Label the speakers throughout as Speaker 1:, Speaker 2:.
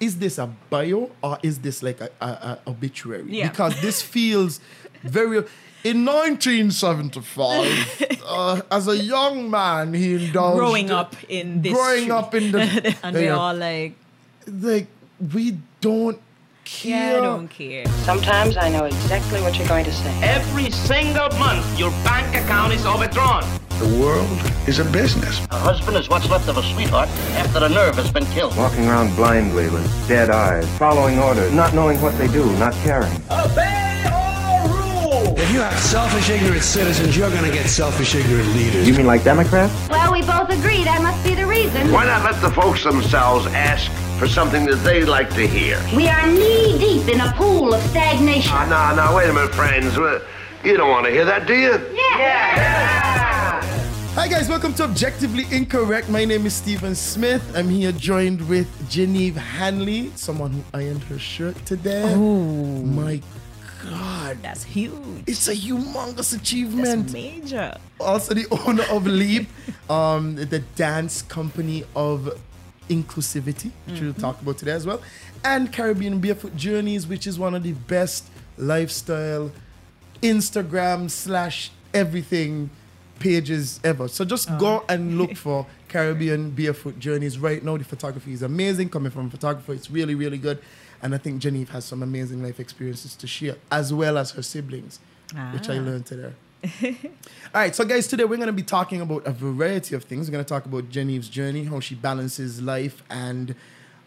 Speaker 1: is this a bio or is this like a, a, a obituary?
Speaker 2: Yeah.
Speaker 1: Because this feels very. In 1975, uh, as a young man, he indulged
Speaker 2: growing up in this.
Speaker 1: growing
Speaker 2: tr-
Speaker 1: up in the
Speaker 2: and we're
Speaker 1: Yeah.
Speaker 2: all like,
Speaker 1: like we don't
Speaker 2: yeah,
Speaker 1: care.
Speaker 2: I don't care.
Speaker 3: Sometimes I know exactly what you're going to say.
Speaker 4: Every single month, your bank account is overdrawn.
Speaker 5: The world is a business.
Speaker 4: A husband is what's left of a sweetheart after a nerve has been killed.
Speaker 6: Walking around blindly with dead eyes, following orders, not knowing what they do, not caring.
Speaker 7: If you have selfish, ignorant citizens, you're going to get selfish, ignorant leaders.
Speaker 6: You mean like Democrats?
Speaker 8: Well, we both agree that must be the reason.
Speaker 5: Why not let the folks themselves ask for something that they like to hear?
Speaker 8: We are knee deep in a pool of stagnation.
Speaker 5: Ah, now, now, wait a minute, friends. Uh, You don't want to hear that, do you?
Speaker 1: Hi guys, welcome to Objectively Incorrect. My name is Stephen Smith. I'm here joined with Genevieve Hanley, someone who ironed her shirt today. Oh my god.
Speaker 2: That's huge.
Speaker 1: It's a humongous
Speaker 2: That's
Speaker 1: achievement.
Speaker 2: major.
Speaker 1: Also the owner of Leap, um, the dance company of inclusivity, which we'll talk about today as well, and Caribbean Barefoot Journeys, which is one of the best lifestyle Instagram slash everything pages ever. So just go and look for Caribbean Barefoot Journeys right now. The photography is amazing. Coming from a photographer, it's really, really good. And I think Genevieve has some amazing life experiences to share, as well as her siblings, which I learned today. All right, so guys, today we're going to be talking about a variety of things. We're going to talk about Genevieve's journey, how she balances life and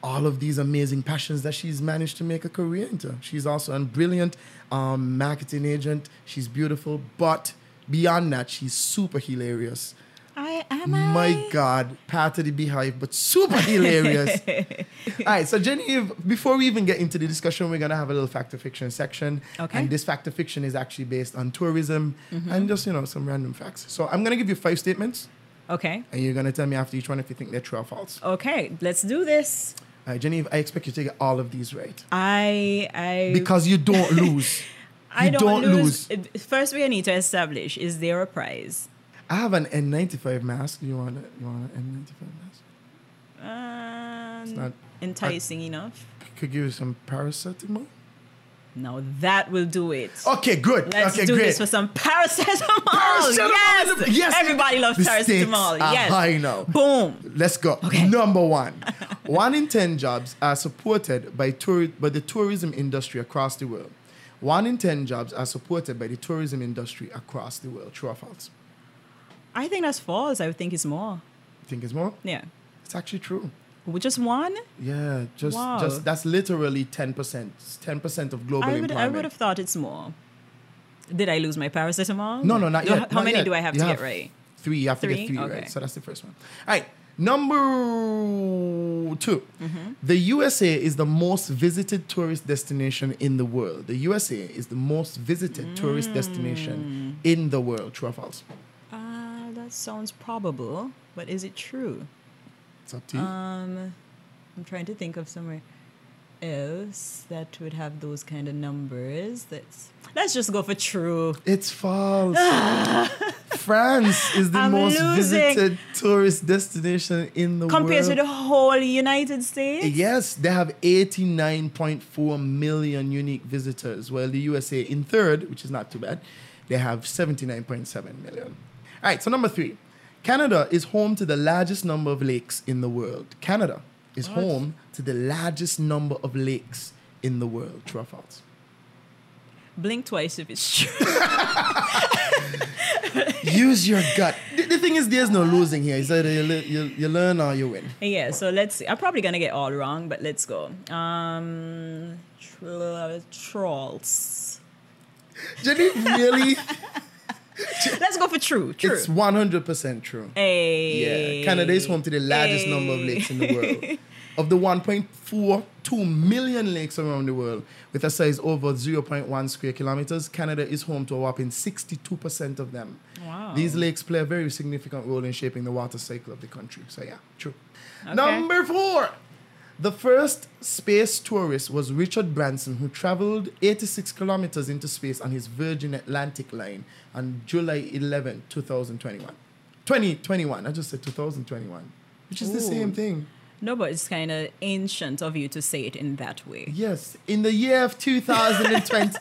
Speaker 1: all of these amazing passions that she's managed to make a career into. She's also a brilliant um, marketing agent. She's beautiful, but beyond that, she's super hilarious.
Speaker 2: I am
Speaker 1: My God, part of the beehive, but super hilarious. All right, so Genevieve, before we even get into the discussion, we're gonna have a little fact or fiction section.
Speaker 2: Okay. Mm-hmm.
Speaker 1: And this fact or fiction is actually based on tourism and just you know some random facts. So I'm gonna give you five statements,
Speaker 2: Okay.
Speaker 1: and you're gonna tell me after each one if you think they're true or
Speaker 2: Oh.
Speaker 1: false.
Speaker 2: Okay. Let's do this.
Speaker 1: All right, Genevieve, I expect you to get all of these right
Speaker 2: I I
Speaker 1: because you don't lose.
Speaker 2: I
Speaker 1: you
Speaker 2: don't,
Speaker 1: don't
Speaker 2: lose. First, we need to establish: is there a prize?
Speaker 1: I have an N95 mask. You want it? You want an N95 mask?
Speaker 2: Um,
Speaker 1: not-
Speaker 2: enticing enough.
Speaker 1: Could give you some paracetamol.
Speaker 2: Now that will do it.
Speaker 1: Okay, good.
Speaker 2: Let's
Speaker 1: Oh, okay,
Speaker 2: do
Speaker 1: great.
Speaker 2: this for some paracetamol.
Speaker 1: Paracetamol
Speaker 2: Yes.
Speaker 1: in the- yes. Ah,
Speaker 2: Everybody loves
Speaker 1: The stakes
Speaker 2: paracetamol.
Speaker 1: are
Speaker 2: Yes.
Speaker 1: high now.
Speaker 2: Boom.
Speaker 1: Let's go.
Speaker 2: Okay.
Speaker 1: Number one. one in 10 jobs are supported by, tour- by the tourism industry across the world. One in 10 jobs are supported by the tourism industry across the world. True or false?
Speaker 2: I think that's false. I think it's more.
Speaker 1: You think it's more?
Speaker 2: Yeah.
Speaker 1: It's actually true.
Speaker 2: We just one.
Speaker 1: Yeah, just,
Speaker 2: Wow.
Speaker 1: just that's literally 10%. 10% of global
Speaker 2: I would. I
Speaker 1: employment.
Speaker 2: would have thought it's more. Did I lose my paracetamol?
Speaker 1: No, no, not
Speaker 2: Do-
Speaker 1: yet.
Speaker 2: How
Speaker 1: not
Speaker 2: many
Speaker 1: yet.
Speaker 2: do I have
Speaker 1: You
Speaker 2: to get right?
Speaker 1: Three. You have to
Speaker 2: Three?
Speaker 1: get three
Speaker 2: Okay.
Speaker 1: right. So that's the first one. All right. Number 2
Speaker 2: Mm-hmm.
Speaker 1: The USA is the most visited tourist destination in the world. The USA is the most visited
Speaker 2: Mm.
Speaker 1: tourist destination in the world. True or false?
Speaker 2: Uh, that sounds probable, but is it true?
Speaker 1: It's up to you.
Speaker 2: Uh. I'm trying to think of somewhere else that would have those kind of numbers. That's let's just go for true.
Speaker 1: it's false. France is the
Speaker 2: I'm
Speaker 1: most
Speaker 2: losing.
Speaker 1: visited tourist destination in the
Speaker 2: Compared
Speaker 1: world.
Speaker 2: to the whole United States.
Speaker 1: Yes, they have 89.4 million unique visitors, while the USA in third, which is not too bad, they have 79.7 million. All right, so number three Canada is home to the largest number of lakes in the world. Canada is home to the largest number of lakes in the world. True or false?
Speaker 2: Blink twice if it's true.
Speaker 1: Use your gut. The, the thing is, there's no losing here. It's either you, le- you, you learn or you win.
Speaker 2: yeah, so let's see. I'm probably gonna get all wrong, but let's go. Um tr- trolls.
Speaker 1: Jenny, really?
Speaker 2: Let's go for true. True.
Speaker 1: It's 100% true.
Speaker 2: hey.
Speaker 1: Yeah, Canada is home to the largest number of lakes in the world. Of the 1.42 million lakes around the world, with a size over 0.1 square kilometers, Canada is home to a whopping 62% of them.
Speaker 2: Wow.
Speaker 1: These lakes play a very significant role in shaping the water cycle of the country. So, yeah, true.
Speaker 2: Okay.
Speaker 1: Number four. The first space tourist was Richard Branson, who traveled 86 kilometers into space on his Virgin Atlantic line on July 11, 2021. 2021. I just said 2021, which is the same thing.
Speaker 2: No, but it's kind of ancient of you to say it in that way.
Speaker 1: Yes, in the year of 2020.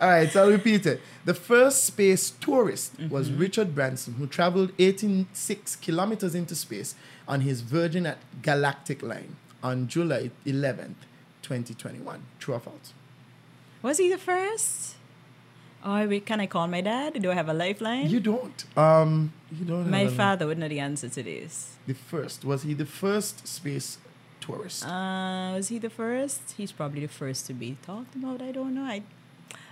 Speaker 1: All right, so I'll repeat it. The first space tourist was Richard Branson, who traveled 186 kilometers into space on his Virgin at Galactic line on July 11th, 2021. True or false?
Speaker 2: Was he the first? Oh, wait, can I call my dad? Do I have a lifeline?
Speaker 1: You don't. Um, you don't.
Speaker 2: my
Speaker 1: have a-
Speaker 2: father would know the answer to this.
Speaker 1: The first was he the first space tourist?
Speaker 2: Uh, was he the first? He's probably the first to be talked about. I don't know. I...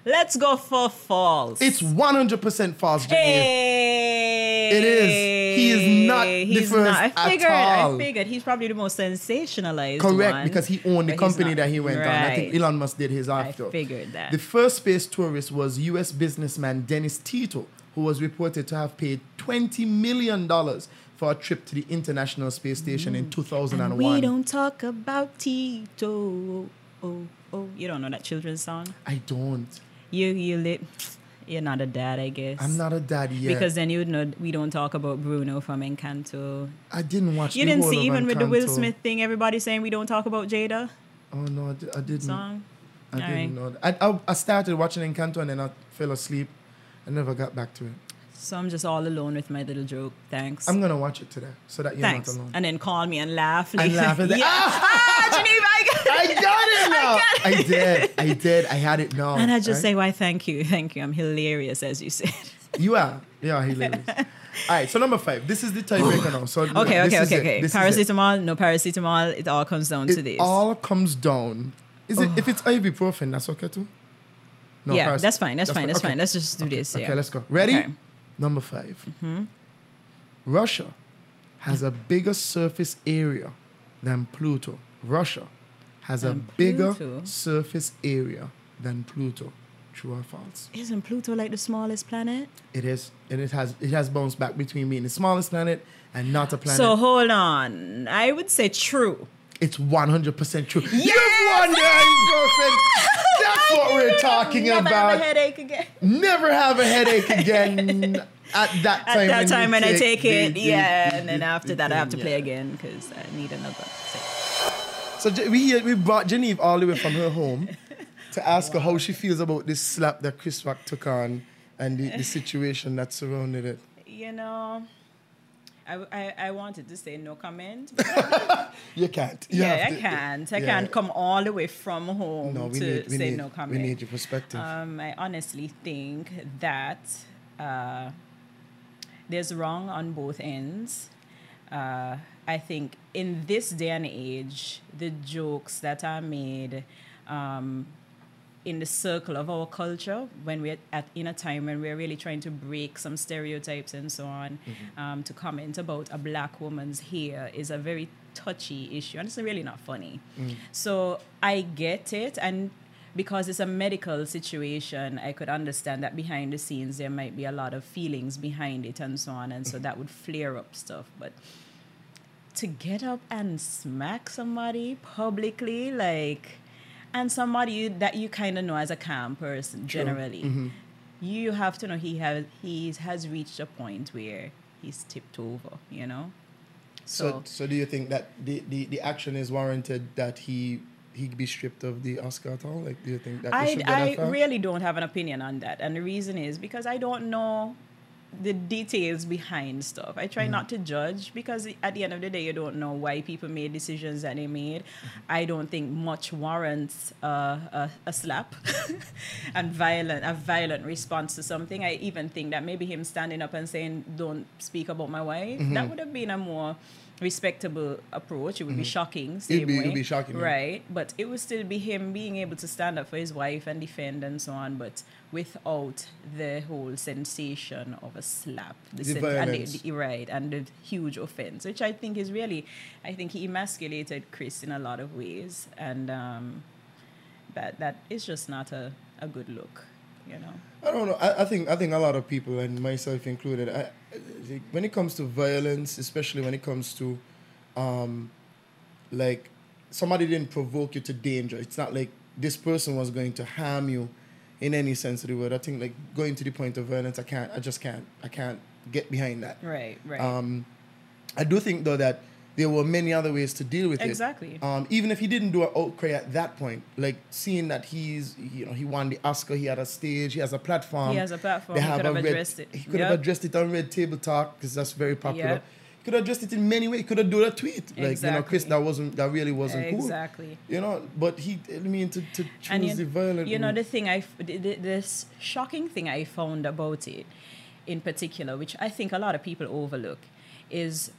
Speaker 2: Let's go for false.
Speaker 1: it's 100% false, Jimmy.
Speaker 2: Hey!
Speaker 1: It is. He is not the
Speaker 2: He's
Speaker 1: first
Speaker 2: not. I
Speaker 1: at
Speaker 2: figured.
Speaker 1: all.
Speaker 2: I figured he's probably the most sensationalized.
Speaker 1: Correct,
Speaker 2: one,
Speaker 1: because he owned the
Speaker 2: but he's
Speaker 1: company
Speaker 2: not.
Speaker 1: that he went on. I think
Speaker 2: Right.
Speaker 1: Elon Musk did his after.
Speaker 2: figured that.
Speaker 1: The first space tourist was U.S. businessman Dennis Tito, who was reported to have paid $20 million for a trip to the International Space Station in 2001.
Speaker 2: Mm. We don't talk about Tito. Oh, oh, oh. You don't know that children's song?
Speaker 1: I don't.
Speaker 2: You, you lit. You're not a dad, I guess.
Speaker 1: I'm not a dad yet.
Speaker 2: Because then you would know we don't talk about Bruno from Encanto.
Speaker 1: I didn't watch
Speaker 2: You
Speaker 1: the
Speaker 2: didn't
Speaker 1: whole
Speaker 2: see
Speaker 1: of
Speaker 2: even with the Will
Speaker 1: Encanto.
Speaker 2: Smith thing, everybody saying we don't talk about Jada
Speaker 1: Oh, no, I, di- I didn't.
Speaker 2: song.
Speaker 1: I
Speaker 2: All
Speaker 1: didn't
Speaker 2: right.
Speaker 1: know. That. I, I, I started watching Encanto and then I fell asleep. I never got back to it.
Speaker 2: So I'm just all alone with my little joke. Thanks.
Speaker 1: I'm going to watch it today so that you're
Speaker 2: Thanks.
Speaker 1: not alone.
Speaker 2: And then call me and laugh.
Speaker 1: And laugh and say,
Speaker 2: yeah.
Speaker 1: "Ah!"
Speaker 2: ah, Geneva, I got
Speaker 1: I got it now. I,
Speaker 2: got it.
Speaker 1: did. I did. I had it now.
Speaker 2: And I just
Speaker 1: right?
Speaker 2: say, why, thank you. Thank you. I'm hilarious, as you said.
Speaker 1: you are. You are hilarious. All right. So number five. This is the tiebreaker now. So
Speaker 2: Okay,
Speaker 1: this
Speaker 2: okay,
Speaker 1: is
Speaker 2: okay,
Speaker 1: it.
Speaker 2: okay.
Speaker 1: This is it.
Speaker 2: Paracetamol, no paracetamol. It all comes down to
Speaker 1: It
Speaker 2: this.
Speaker 1: all comes down. Is it if it's ibuprofen? That's okay too. No,
Speaker 2: yeah,
Speaker 1: parace-
Speaker 2: that's fine. That's, fine. That's
Speaker 1: okay.
Speaker 2: fine. Let's just do this.
Speaker 1: Okay,
Speaker 2: yeah.
Speaker 1: let's go. Ready?
Speaker 2: Okay. Mm-hmm.
Speaker 1: Number 5 Russia has a bigger surface area than Pluto. Russia has
Speaker 2: Than
Speaker 1: a bigger
Speaker 2: Pluto?
Speaker 1: surface area than Pluto. True or false?
Speaker 2: Isn't Pluto like the smallest planet?
Speaker 1: It is, and it has it has bounced back between being the smallest planet and not a planet.
Speaker 2: So hold on. I would say true.
Speaker 1: it's one hundred percent true. You've
Speaker 2: Yes!
Speaker 1: won there, girlfriend. That's what we're talking
Speaker 2: Never
Speaker 1: about.
Speaker 2: Have a headache again.
Speaker 1: Never have a headache again. At that
Speaker 2: At
Speaker 1: time,
Speaker 2: that
Speaker 1: you
Speaker 2: time when I take
Speaker 1: the-
Speaker 2: it,
Speaker 1: the-
Speaker 2: yeah,
Speaker 1: the-
Speaker 2: and then
Speaker 1: the-
Speaker 2: after
Speaker 1: the
Speaker 2: that I have to
Speaker 1: thing,
Speaker 2: play
Speaker 1: yeah.
Speaker 2: again because I need another. set.
Speaker 1: So Je- we here- we brought Genevieve all the way from her home to ask her how she feels about this slap that Chris Rock took on and the, the situation that surrounded it.
Speaker 2: You know, I, I, I wanted to say no comment.
Speaker 1: You can't. You
Speaker 2: yeah,
Speaker 1: have
Speaker 2: I
Speaker 1: to-
Speaker 2: can't. I
Speaker 1: yeah.
Speaker 2: can't come all the way from home
Speaker 1: No, we
Speaker 2: to
Speaker 1: need, we
Speaker 2: say
Speaker 1: need,
Speaker 2: no
Speaker 1: We
Speaker 2: comment.
Speaker 1: need your perspective.
Speaker 2: Um, I honestly think that uh, there's wrong on both ends. Uh, I think in this day and age, the jokes that are made um, in the circle of our culture, when we're at in a time when we're really trying to break some stereotypes and so on, um, to comment about a black woman's hair is a very touchy issue, and it's really not funny. So I get it, and because it's a medical situation, I could understand that behind the scenes there might be a lot of feelings behind it and so on, and so that would flare up stuff. But to get up and smack somebody publicly, like, and somebody you, that you kind of know as a calm person generally, you have to know he has he has reached a point where he's tipped over, you know.
Speaker 1: so, so do you think that the, the, the action is warranted that he he be stripped of the Oscar at all? Like, do you think that they should
Speaker 2: I,
Speaker 1: go that
Speaker 2: I
Speaker 1: far?
Speaker 2: really don't have an opinion on that. And the reason is because I don't know the details behind stuff. I
Speaker 1: Mm.
Speaker 2: try not to judge because at the end of the day, you don't know why people made decisions that they made.
Speaker 1: Mm-hmm.
Speaker 2: I don't think much warrants uh, a, a slap and violent a violent response to something. I even think that maybe him standing up and saying, "Don't speak about my wife," that
Speaker 1: Mm-hmm.
Speaker 2: would have been a more respectable approach. It would be shocking.
Speaker 1: be-
Speaker 2: Same way,
Speaker 1: Mm-hmm. it'd be shocking, yeah.
Speaker 2: right? right? But it would still be him being able to stand up for his wife and defend and so on, but without the whole sensation of a slap, the
Speaker 1: The
Speaker 2: sen- and the,
Speaker 1: violence.
Speaker 2: the- right, and the huge offense, which I think is really, I think he emasculated Chris in a lot of ways, and um, that that is just not a, a good look, you know.
Speaker 1: I don't know. I, I think I think a lot of people and myself included. I, I think when it comes to violence, especially when it comes to, um, like somebody didn't provoke you to danger. It's not like this person was going to harm you, in any sense of the word. I think like going to the point of violence. I can't. I just can't. I can't get behind that.
Speaker 2: Right, right.
Speaker 1: I do think though that there were many other ways to deal with it.
Speaker 2: Exactly.
Speaker 1: Um, even if he didn't do an outcry at that point, like seeing that he's, you know, he won the Oscar, he had a stage, he has a platform.
Speaker 2: He has a platform,
Speaker 1: They
Speaker 2: he could
Speaker 1: a
Speaker 2: have
Speaker 1: red-
Speaker 2: addressed it.
Speaker 1: He could have
Speaker 2: Yep.
Speaker 1: addressed it on Red Table Talk because that's very popular.
Speaker 2: Yep.
Speaker 1: He could have addressed it in many ways. He could have done a tweet, like you know, Chris,
Speaker 2: Exactly.
Speaker 1: that wasn't, that really wasn't cool.
Speaker 2: Exactly.
Speaker 1: You know, but he, I mean, to, to choose
Speaker 2: and you,
Speaker 1: the violent.
Speaker 2: you know
Speaker 1: route.
Speaker 2: the thing i f- th- th- this shocking thing i found about it in particular which i think a lot of people overlook is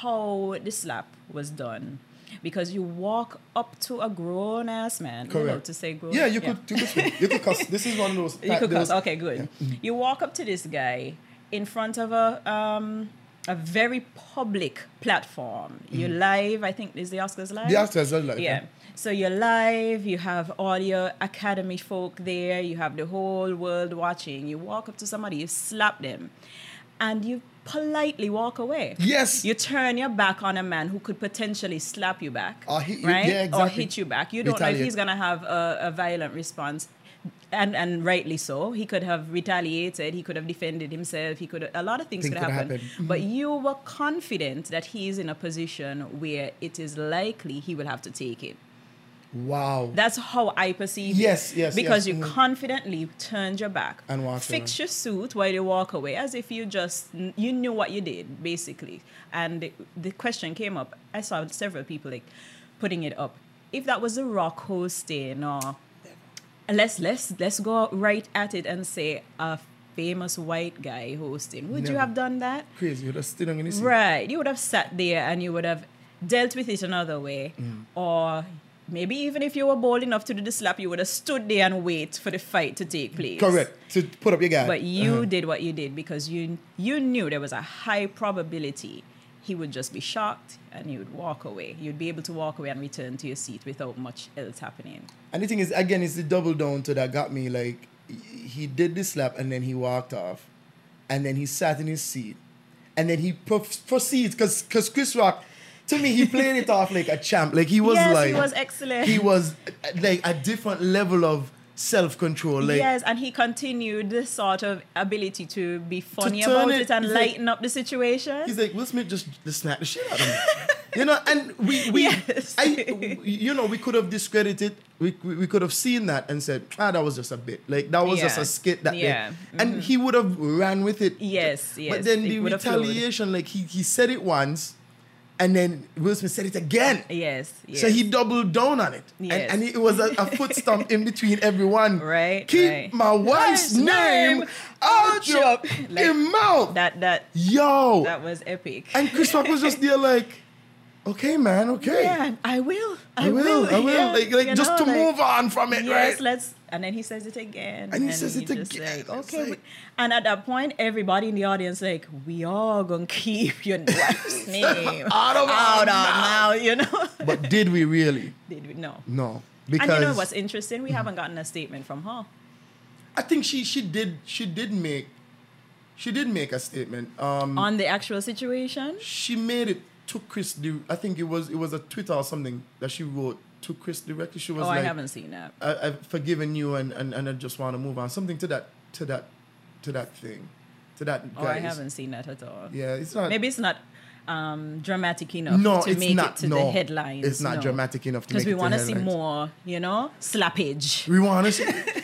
Speaker 2: how the slap was done because you walk up to a grown ass man. Correct.
Speaker 1: Correct.
Speaker 2: to say grown.
Speaker 1: Yeah, you could you could swim. you could cuss. This is one of those.
Speaker 2: You could
Speaker 1: those-
Speaker 2: cuss. Okay, good.
Speaker 1: Mm-hmm.
Speaker 2: You walk up to this guy in front of a um, a very public platform. You're live. I think is the Oscars live.
Speaker 1: Mm-hmm. The Oscars are live,
Speaker 2: Yeah.
Speaker 1: yeah.
Speaker 2: So you're live. You have all your Academy folk there. You have the whole world watching. You walk up to somebody. You slap them, and you politely walk away.
Speaker 1: Yes.
Speaker 2: You turn your back on a man who could potentially slap you back.
Speaker 1: Or hit you-
Speaker 2: right?
Speaker 1: yeah,
Speaker 2: Or
Speaker 1: exactly.
Speaker 2: hit you back. You don't know if
Speaker 1: Retaliate.
Speaker 2: he's gonna have a, a violent response, and and rightly so. He could have retaliated. He could have defended himself. He could a lot of things
Speaker 1: Things
Speaker 2: could
Speaker 1: could
Speaker 2: happen.
Speaker 1: happen. Mm-hmm.
Speaker 2: But you were confident that he is in a position where it is likely he will have to take it.
Speaker 1: Wow.
Speaker 2: That's how I perceive
Speaker 1: Yes, yes,
Speaker 2: it.
Speaker 1: yes,
Speaker 2: Because you
Speaker 1: mhm.
Speaker 2: confidently turned your back
Speaker 1: And walked
Speaker 2: fix
Speaker 1: away.
Speaker 2: your suit while you walk away, as if you just you knew what you did basically. And the, the question came up. I saw several people like putting it up. If that was a rock hosting or let's let's let's go right at it and say a famous white guy hosting, would you
Speaker 1: Never.
Speaker 2: have done that?
Speaker 1: crazy. You're still on anything.
Speaker 2: Right. You would have sat there and you would have dealt with it another way.
Speaker 1: Mm.
Speaker 2: Or maybe even if you were bold enough to do the slap, you would have stood there and wait for the fight to take place.
Speaker 1: Correct. Uh-huh. To put up your guy.
Speaker 2: But you did what you did because you you knew there was a high probability he would just be shocked and he would walk away. You'd be able to walk away and return to your seat without much else happening.
Speaker 1: And the thing is, again, it's the double down to that got me. Like, he did the slap and then he walked off. And then he sat in his seat. And then he pro- proceeds, because Chris Rock, to me, he played it off like a champ. Like, he was
Speaker 2: yes,
Speaker 1: like.
Speaker 2: he was excellent.
Speaker 1: He was, uh, like, a different level of self control. Like,
Speaker 2: yes, and he continued this sort of ability to be funny
Speaker 1: turn
Speaker 2: about
Speaker 1: it-
Speaker 2: it, and
Speaker 1: he's like-
Speaker 2: lighten up the situation.
Speaker 1: He's like, Will Smith just, just snapped the shit out of me. you know, and we, we
Speaker 2: Yes.
Speaker 1: I, you know, we could have discredited, we, we, we could have seen that and said, ah, that was just a bit. Like, that was just
Speaker 2: Yeah.
Speaker 1: a skit that
Speaker 2: Yeah. Mm-hmm.
Speaker 1: day. And he would have ran with it.
Speaker 2: Yes,
Speaker 1: But
Speaker 2: yes,
Speaker 1: then
Speaker 2: it
Speaker 1: the
Speaker 2: would have flowed.
Speaker 1: retaliation, like, he, he said it once, and then Will Smith said it again.
Speaker 2: Yes. yes.
Speaker 1: So he doubled down on it. And-
Speaker 2: Yes.
Speaker 1: And, it was a, a foot stomp in between everyone.
Speaker 2: Right,
Speaker 1: Keep
Speaker 2: right.
Speaker 1: my wife's
Speaker 2: Wife's
Speaker 1: name,
Speaker 2: name
Speaker 1: out
Speaker 2: out
Speaker 1: your,
Speaker 2: your-
Speaker 1: your
Speaker 2: Like,
Speaker 1: mouth.
Speaker 2: that that
Speaker 1: Yo.
Speaker 2: that was epic.
Speaker 1: And Chris Rock was just there like, okay, man, okay.
Speaker 2: yeah, I will. I,
Speaker 1: I will, I will.
Speaker 2: yeah,
Speaker 1: like, like
Speaker 2: you
Speaker 1: just
Speaker 2: know,
Speaker 1: to
Speaker 2: like,
Speaker 1: move on from it,
Speaker 2: Yes,
Speaker 1: right?
Speaker 2: let's. And then he says it again.
Speaker 1: And he says it
Speaker 2: just
Speaker 1: again.
Speaker 2: Like,
Speaker 1: It's
Speaker 2: okay. we-
Speaker 1: like-
Speaker 2: and at that point, everybody in the audience like, we all gonna keep your wife's name
Speaker 1: Out of our
Speaker 2: out our mouth. You know.
Speaker 1: But did we really?
Speaker 2: Did we no?
Speaker 1: No.
Speaker 2: And
Speaker 1: Because
Speaker 2: you know what's interesting? We haven't gotten a statement from her.
Speaker 1: I think she she did she did make she did make a statement. Um
Speaker 2: on the actual situation.
Speaker 1: she made it to Chris Di- I think it was it was a Twitter or something that she wrote to Chris directly. She was
Speaker 2: Oh,
Speaker 1: like
Speaker 2: I haven't seen that.
Speaker 1: I, I've forgiven you and, and, and I just want to move on. Something to that to that to that thing. To that
Speaker 2: Oh, I
Speaker 1: guys.
Speaker 2: haven't seen that at all.
Speaker 1: Yeah, it's not
Speaker 2: Maybe it's not um, dramatic enough
Speaker 1: no,
Speaker 2: to
Speaker 1: it's
Speaker 2: make
Speaker 1: not,
Speaker 2: it to
Speaker 1: no,
Speaker 2: the headlines.
Speaker 1: It's not dramatic enough to
Speaker 2: Because
Speaker 1: make
Speaker 2: we
Speaker 1: it to
Speaker 2: want to see
Speaker 1: headlines.
Speaker 2: more, you know, slappage.
Speaker 1: We want to see. It-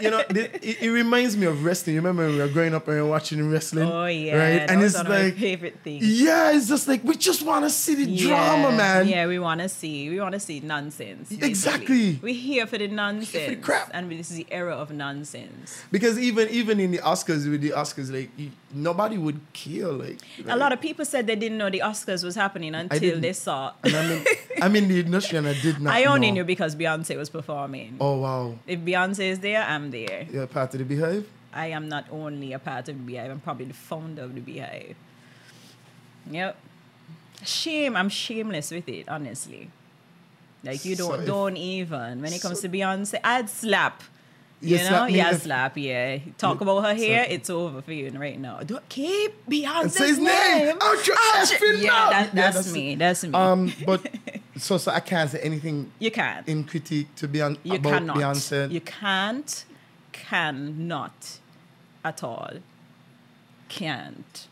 Speaker 1: you know, it, it, it reminds me of wrestling. You remember when we were growing up and we were watching wrestling?
Speaker 2: Oh yeah,
Speaker 1: Right?
Speaker 2: that
Speaker 1: And
Speaker 2: was
Speaker 1: it's
Speaker 2: one of
Speaker 1: like,
Speaker 2: my favorite things.
Speaker 1: yeah, it's just like, we just want to see the drama,
Speaker 2: Yeah,
Speaker 1: man.
Speaker 2: Yeah, we want to see, we want to see nonsense. basically.
Speaker 1: Exactly.
Speaker 2: we're here for the nonsense,
Speaker 1: crap.
Speaker 2: and this is the era of nonsense.
Speaker 1: Because even even in the Oscars, with the Oscars, like, you, nobody would kill. Like,
Speaker 2: A lot of people said they didn't know the Oscars was happening until
Speaker 1: didn't.
Speaker 2: they saw.
Speaker 1: And I'm in, I'm in the industry and I did not.
Speaker 2: I only
Speaker 1: know.
Speaker 2: knew because Beyonce was performing.
Speaker 1: Oh, wow.
Speaker 2: If Beyonce is there, I'm there.
Speaker 1: You're part of the Beehive?
Speaker 2: I am not only a part of the Beehive, I'm probably the founder of the Beehive. Yep. Shame, I'm shameless with it, honestly. Like you
Speaker 1: So
Speaker 2: don't
Speaker 1: if-
Speaker 2: don't even when it comes
Speaker 1: so-
Speaker 2: to Beyonce, I'd slap.
Speaker 1: You
Speaker 2: You, know,
Speaker 1: slap me
Speaker 2: yeah,
Speaker 1: if-
Speaker 2: slap, yeah. Talk
Speaker 1: Look,
Speaker 2: about her
Speaker 1: so-
Speaker 2: hair, it's over for you right now. Don't keep
Speaker 1: And
Speaker 2: Beyonce's
Speaker 1: say his name.
Speaker 2: name.
Speaker 1: Out your
Speaker 2: Out
Speaker 1: effing
Speaker 2: your-
Speaker 1: mouth.
Speaker 2: yeah, that, that's,
Speaker 1: Yeah,
Speaker 2: me. That's me.
Speaker 1: Um, but, so, so I can't say anything
Speaker 2: you can't.
Speaker 1: in critique to Beyonce
Speaker 2: you
Speaker 1: about
Speaker 2: cannot.
Speaker 1: Beyonce.
Speaker 2: You can't, cannot at all. Can't.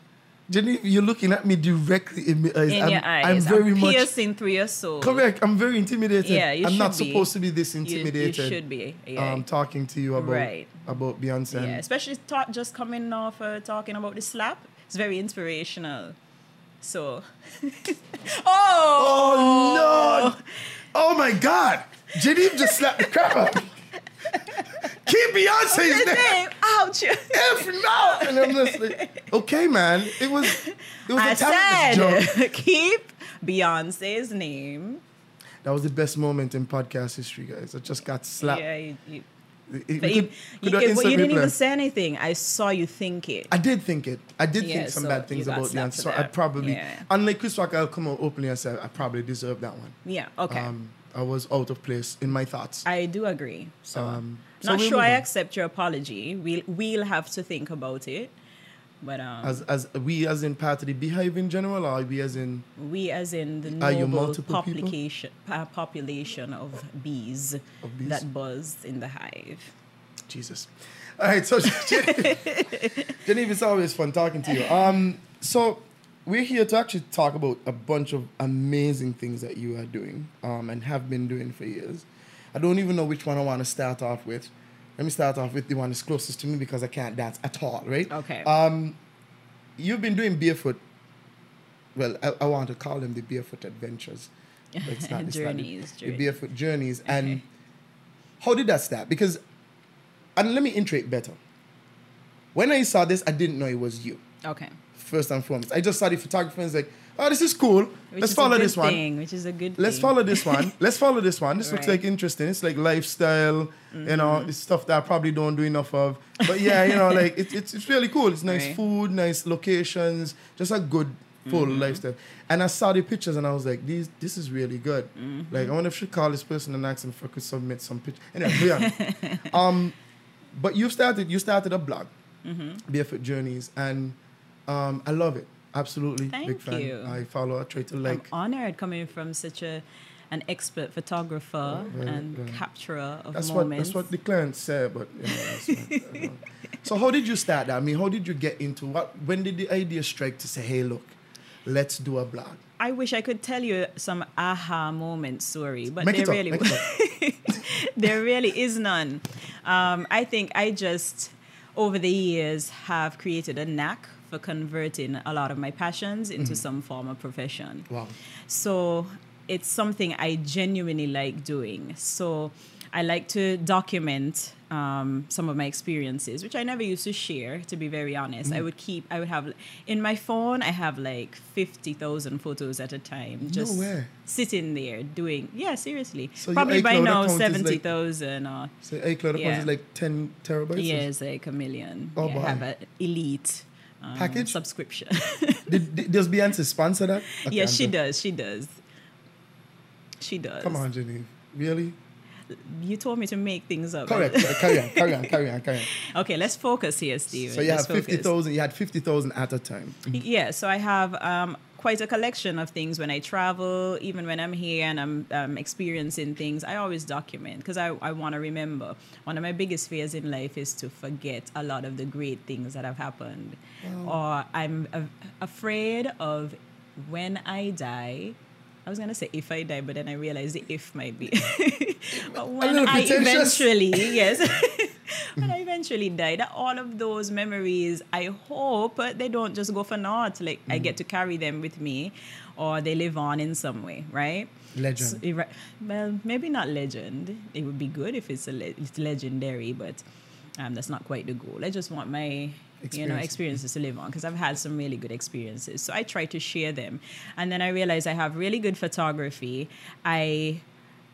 Speaker 1: Genevieve, you're looking at me directly in my eyes.
Speaker 2: in
Speaker 1: I'm,
Speaker 2: your eyes.
Speaker 1: I'm very much
Speaker 2: piercing through your soul.
Speaker 1: correct. I'm very intimidated.
Speaker 2: Yeah, you
Speaker 1: I'm
Speaker 2: should
Speaker 1: not
Speaker 2: be.
Speaker 1: supposed to be this
Speaker 2: You-
Speaker 1: intimidated.
Speaker 2: You, should be. Yeah.
Speaker 1: Um, talking to you about
Speaker 2: Right.
Speaker 1: about Beyonce. and-
Speaker 2: yeah. Especially ta- just coming off uh, talking about the slap. It's very inspirational. So. oh.
Speaker 1: Oh no! Oh my God! Genevieve just slapped the crap out. of me. Keep Beyonce's name.
Speaker 2: Dave, ouch.
Speaker 1: F no! And I'm just like, okay, man. It was it was
Speaker 2: I
Speaker 1: a talentless joke.
Speaker 2: said, keep Beyonce's name.
Speaker 1: That was the best moment in podcast history, guys. I just got slapped.
Speaker 2: Yeah, you, you,
Speaker 1: It- it-
Speaker 2: but
Speaker 1: we
Speaker 2: you,
Speaker 1: could- we could
Speaker 2: you- it- well,
Speaker 1: insert
Speaker 2: you didn't
Speaker 1: replay.
Speaker 2: even say anything. I saw you think it.
Speaker 1: I did think it. I did
Speaker 2: Yeah,
Speaker 1: think some
Speaker 2: so
Speaker 1: bad things
Speaker 2: you got
Speaker 1: about
Speaker 2: slapped
Speaker 1: Beyonce.
Speaker 2: for
Speaker 1: So I
Speaker 2: that.
Speaker 1: probably,
Speaker 2: Yeah.
Speaker 1: unlike Chris Rock, I'll come out openly and say I probably deserve that one.
Speaker 2: yeah, okay.
Speaker 1: Um, I was out of place in my thoughts.
Speaker 2: I do agree. So,
Speaker 1: Um, so
Speaker 2: not
Speaker 1: we'll
Speaker 2: sure I
Speaker 1: move on.
Speaker 2: accept your apology. We'll we'll have to think about it. But um,
Speaker 1: as as we as in part of the Beehive in general, or we as in
Speaker 2: we, as in the
Speaker 1: Are you
Speaker 2: noble
Speaker 1: multiple people?
Speaker 2: population uh, population of bees,
Speaker 1: Of bees?
Speaker 2: that buzz in the hive.
Speaker 1: Jesus. All right, so Genevieve, Genevieve, it's always fun talking to you. Um, so we're here to actually talk about a bunch of amazing things that you are doing um, and have been doing for years. I don't even know which one I want to start off with. Let me start off with the one that's closest to me because I can't dance at all, right?
Speaker 2: Okay.
Speaker 1: Uh, You've been doing barefoot. Well, I, I want to call them the barefoot adventures. but It's not, it's not the-
Speaker 2: Journeys,
Speaker 1: the,
Speaker 2: journey.
Speaker 1: barefoot journeys. And how did that start? Because, and let me intro it better. When I saw this, I didn't know it was you,
Speaker 2: okay.
Speaker 1: first and foremost. I just saw the photographer and was like, oh, this is cool.
Speaker 2: Which
Speaker 1: Let's
Speaker 2: is a
Speaker 1: follow
Speaker 2: good
Speaker 1: this one.
Speaker 2: thing, Which is a good.
Speaker 1: Let's
Speaker 2: thing.
Speaker 1: follow this one. Let's follow this one. This looks
Speaker 2: Right.
Speaker 1: like
Speaker 2: Mm-hmm.
Speaker 1: interesting. It's like lifestyle, you know, it's stuff that I probably don't do enough of. But yeah, you know, like it, it's it's really cool. It's nice
Speaker 2: Right.
Speaker 1: food, nice locations, just a good full
Speaker 2: Mm-hmm.
Speaker 1: lifestyle. And I saw the pictures and I was like, these this is really good.
Speaker 2: Mm-hmm.
Speaker 1: Like I wonder if I should call this person and ask him if I could submit some pictures. Anyway, yeah. um, but you started you started a blog,
Speaker 2: Mm-hmm.
Speaker 1: Barefoot Journeys, and um, I love it. Absolutely,
Speaker 2: Thank
Speaker 1: big fan.
Speaker 2: you.
Speaker 1: I follow. I try to like.
Speaker 2: I'm honored coming from such a an expert photographer
Speaker 1: well,
Speaker 2: and
Speaker 1: well.
Speaker 2: capturer of
Speaker 1: That's what
Speaker 2: moments.
Speaker 1: that's what the client said, but you know, that's what, I don't know. so how did you start that? I mean, how did you get into what? When did the idea strike to say, "Hey, look, let's do a blog"?
Speaker 2: I wish I could tell you some aha moments, sorry, but
Speaker 1: Make
Speaker 2: there
Speaker 1: it up.
Speaker 2: really
Speaker 1: make it
Speaker 2: there really is none. Um, I think I just over the years have created a knack for converting a lot of my passions into some form of profession.
Speaker 1: up. Mm-hmm. Wow.
Speaker 2: So it's something I genuinely like doing. So I like to document um, some of my experiences, which I never used to share, to be very honest.
Speaker 1: Mm-hmm.
Speaker 2: I would keep, I would have, in my phone, I have like 50,000 photos at a time. Just
Speaker 1: way.
Speaker 2: sitting there doing, yeah, seriously.
Speaker 1: So your
Speaker 2: Probably by
Speaker 1: iCloud
Speaker 2: now,
Speaker 1: account is like-
Speaker 2: 70,000 or,
Speaker 1: So hey, cloud
Speaker 2: Yeah.
Speaker 1: is like ten terabytes.
Speaker 2: yeah, it's like uh, a million.
Speaker 1: Oh,
Speaker 2: yeah,
Speaker 1: boy.
Speaker 2: I have an elite um,
Speaker 1: Package?
Speaker 2: subscription.
Speaker 1: Did, did, does Beyonce sponsor that? Okay,
Speaker 2: yeah,
Speaker 1: I'm
Speaker 2: she
Speaker 1: done.
Speaker 2: does. She does. She does.
Speaker 1: Come on, Genevieve. Really?
Speaker 2: You told me to make things up.
Speaker 1: Correct. carry on. Carry on. Carry on. Carry on.
Speaker 2: Okay, let's focus here, Steven.
Speaker 1: So you
Speaker 2: Let's
Speaker 1: have fifty
Speaker 2: focus.
Speaker 1: thousand. You had fifty thousand at a time.
Speaker 2: Yeah, so I have um, quite a collection of things when I travel, even when I'm here and I'm um, experiencing things. I always document because I, I want to remember. One of my biggest fears in life is to forget a lot of the great things that have happened.
Speaker 1: Mm.
Speaker 2: Or I'm a- afraid of when I die. I was gonna say if I die, but then I realized the if might be. but when
Speaker 1: little
Speaker 2: I
Speaker 1: pretentious.
Speaker 2: eventually, yes, when I eventually die, that all of those memories, I hope they don't just go for naught. Like I
Speaker 1: Mm.
Speaker 2: get to carry them with me, or they live on in some way, right?
Speaker 1: Legend.
Speaker 2: So, it- well, maybe not legend. It would be good if it's a le- it's legendary, but um, that's not quite the goal. I just want my you know
Speaker 1: Experience.
Speaker 2: experiences to live on because I've had some really good experiences. So I try to share them, and then I realize I have really good photography. I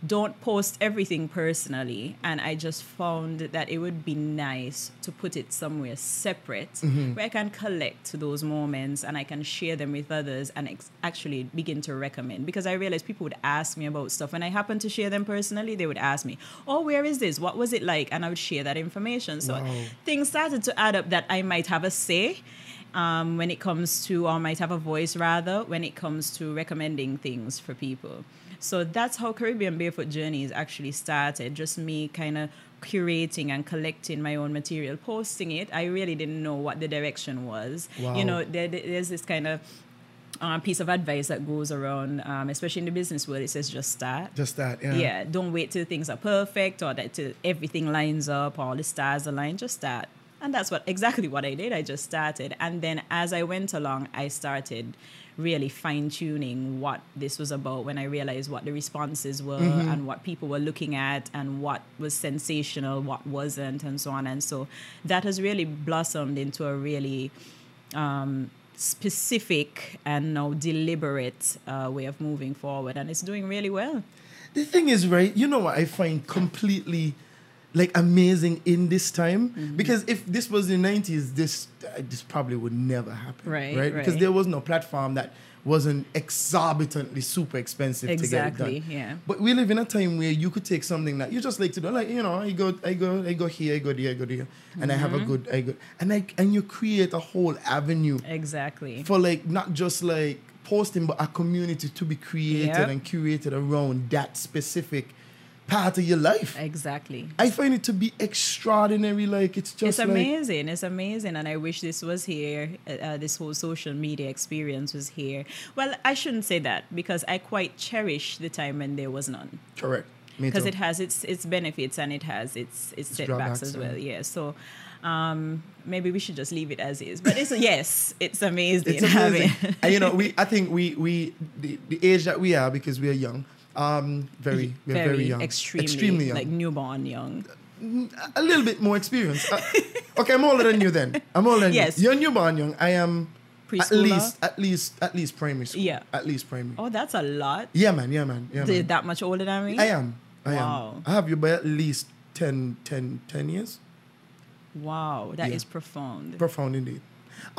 Speaker 2: don't post everything personally, and I just found that it would be nice to put it somewhere separate where I can collect those moments and I can share them with others and ex- actually begin to recommend. Because I realized people would ask me about stuff when I happen to share them personally, they would ask me, "Oh, where is this? What was it like?" And I would share that information. So
Speaker 1: Wow.
Speaker 2: things started to add up that I might have a say um, when it comes to, or might have a voice rather, when it comes to recommending things for people. So that's how Caribbean Barefoot Journeys actually started. Just me kind of curating and collecting my own material, posting it. I really didn't know what the direction was.
Speaker 1: Wow.
Speaker 2: You know, there, there's this kind of uh, piece of advice that goes around, um, especially in the business world. It says just start.
Speaker 1: Just that, yeah.
Speaker 2: yeah. don't wait till things are perfect or that till everything lines up or all the stars align. Just start. And that's what exactly what I did. I just started. And then as I went along, I started really fine tuning what this was about when I realized what the responses were and what people were looking at and what was sensational, what wasn't, and so on. And so that has really blossomed into a really um, specific and now deliberate uh, way of moving forward, and it's doing really well.
Speaker 1: The thing is, right, you know what I find completely like amazing in this time
Speaker 2: Mm-hmm.
Speaker 1: because if this was the 90s this uh, this probably would never happen
Speaker 2: Right,
Speaker 1: because
Speaker 2: right.
Speaker 1: there was no platform that wasn't exorbitantly super expensive to get
Speaker 2: Exactly,
Speaker 1: it done
Speaker 2: yeah.
Speaker 1: but we live in a time where you could take something that you just like to do like you know i go i go i go here i go there i go there and i have
Speaker 2: Mm-hmm.
Speaker 1: a good i go and i and you create a whole avenue
Speaker 2: Exactly.
Speaker 1: for like not just like posting but a community to be created
Speaker 2: Yep.
Speaker 1: and curated around that specific part of your life
Speaker 2: Exactly.
Speaker 1: i find it to be extraordinary like it's just
Speaker 2: It's
Speaker 1: like
Speaker 2: amazing. It's amazing, and I wish this was here. uh, Uh, this whole social media experience was here. Well, I shouldn't say that because I quite cherish the time when there was none.
Speaker 1: correct Me
Speaker 2: because
Speaker 1: too.
Speaker 2: it has its its benefits and it has its its,
Speaker 1: drawbacks,
Speaker 2: setbacks as well.
Speaker 1: yeah.
Speaker 2: Yeah. So um, maybe we should just leave it as is. But it's yes, it's amazing.
Speaker 1: it's amazing.
Speaker 2: having-
Speaker 1: and you know, we I think we we the, the age that we are because we are young, um, very we're very, young,
Speaker 2: extremely,
Speaker 1: extremely young,
Speaker 2: like newborn young.
Speaker 1: a little bit more experience. Uh, okay, I'm older than you then. I'm older than
Speaker 2: Yes.
Speaker 1: you. You're newborn young. I am at
Speaker 2: Preschooler?
Speaker 1: least at least at least primary school.
Speaker 2: Yeah.
Speaker 1: at least primary.
Speaker 2: Oh, that's a lot.
Speaker 1: Yeah, man. Yeah, man. Yeah,
Speaker 2: Th-
Speaker 1: man.
Speaker 2: That much older than me.
Speaker 1: I am. I
Speaker 2: Wow.
Speaker 1: am. I have you by at least 10, 10, 10 years.
Speaker 2: Wow, that is
Speaker 1: Yeah.
Speaker 2: profound.
Speaker 1: Profound indeed.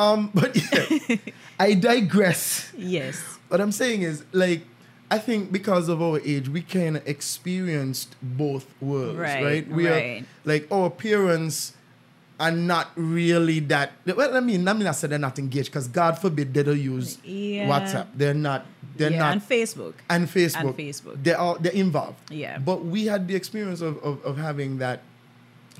Speaker 1: Um, but yeah, I digress.
Speaker 2: yes.
Speaker 1: What I'm saying is, like, I think because of our age, we kind of experienced both worlds, right?
Speaker 2: Right,
Speaker 1: We
Speaker 2: right.
Speaker 1: are like our parents are not really that. Well, I mean, I mean, I said they're not engaged because God forbid they don't use
Speaker 2: Yeah.
Speaker 1: WhatsApp. They're not. They're
Speaker 2: yeah,
Speaker 1: not.
Speaker 2: and Facebook.
Speaker 1: and Facebook.
Speaker 2: And Facebook.
Speaker 1: They're all they're involved.
Speaker 2: Yeah.
Speaker 1: But we had the experience of, of, of having that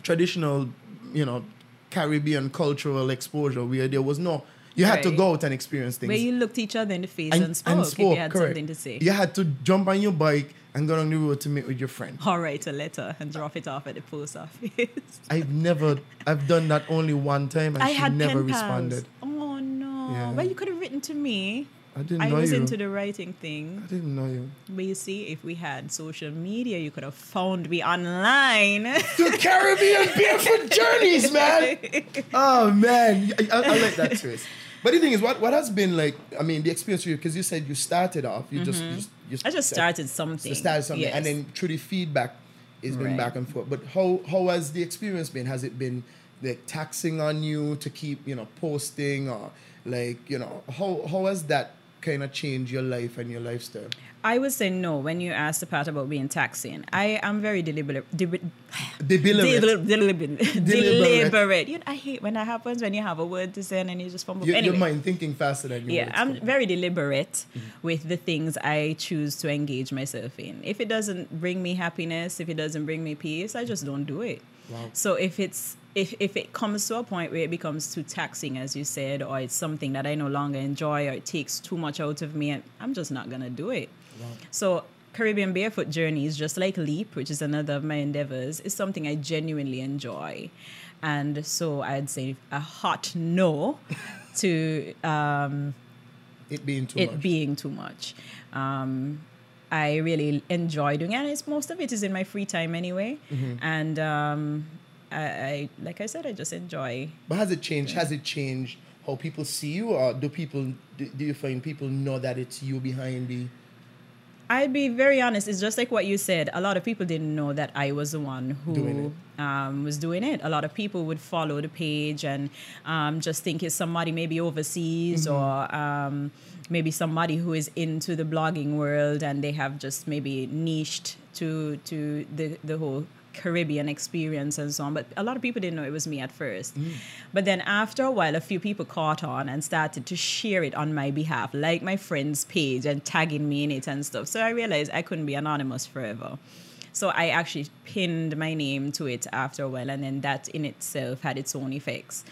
Speaker 1: traditional, you know, Caribbean cultural exposure where there was no you had to
Speaker 2: Right.
Speaker 1: go out and experience things
Speaker 2: Where you looked each other in the face and, spoke, if you had something to say.
Speaker 1: You had to jump on your bike and go on the road to meet with your friend.
Speaker 2: Or write a letter and drop it off at the post office.
Speaker 1: I've never I've done that only one time and
Speaker 2: I
Speaker 1: she
Speaker 2: had
Speaker 1: never
Speaker 2: pen pals.
Speaker 1: responded.
Speaker 2: Oh no!
Speaker 1: Yeah.
Speaker 2: Well, you could have written to me.
Speaker 1: I didn't
Speaker 2: I
Speaker 1: know
Speaker 2: was
Speaker 1: you.
Speaker 2: into the writing thing,
Speaker 1: I didn't know you.
Speaker 2: but you see, if we had social media, you could have found me online.
Speaker 1: The Caribbean barefoot journeys, man. Oh man, I, I, I like that twist. But the thing is, what, what has been like? I mean, the experience for you because you said you started off. You just, you just you
Speaker 2: Mm-hmm. I just started something.
Speaker 1: You started something, and
Speaker 2: yes.
Speaker 1: then through the feedback, it's been
Speaker 2: Right.
Speaker 1: back and forth. But how how has the experience been? Has it been like taxing on you to keep you know posting or like you know how how has that kind of changed your life and your lifestyle?
Speaker 2: I would say no when you asked the part about being taxing. I am very deliberate. Deliberate.
Speaker 1: Deliberate.
Speaker 2: Deliberate. Deliberate.
Speaker 1: Deliberate.
Speaker 2: You know, I hate when that happens when you have a word to say and then you just fumble.
Speaker 1: Your,
Speaker 2: anyway.
Speaker 1: your mind thinking faster than your
Speaker 2: yeah
Speaker 1: words.
Speaker 2: i'm very deliberate with the things i choose to engage myself in if it doesn't bring me happiness if it doesn't bring me peace i just don't do it so if it's if, if it comes to a point where it becomes too taxing as you said or it's something that i no longer enjoy or it takes too much out of me and i'm just not going to do it so Caribbean Barefoot Journeys, just like Leap, which is another of my endeavors, is something I genuinely enjoy. And so I'd say a hot no to
Speaker 1: it being too
Speaker 2: it
Speaker 1: much.
Speaker 2: being too much. Um, I really enjoy doing it. And it's, most of it is in my free time anyway.
Speaker 1: Mm-hmm.
Speaker 2: And um, I, I, like I said, I just enjoy.
Speaker 1: But has it changed? Has it changed how people see you, or do people do, do you find people know that it's you behind the?
Speaker 2: I'd be very honest. It's just like what you said. A lot of people didn't know that I was the one who
Speaker 1: Doing
Speaker 2: um, was doing it. A lot of people would follow the page and um, just think it's somebody maybe overseas or um, maybe somebody who is into the blogging world and they have just maybe niched to to the the whole Caribbean experience and so on. But a lot of people didn't know it was me at first. But then after a while, a few people caught on and started to share it on my behalf, like my friend's page and tagging me in it and stuff. So I realized I couldn't be anonymous forever. So I actually pinned my name to it after a while, and then that in itself had its own effects.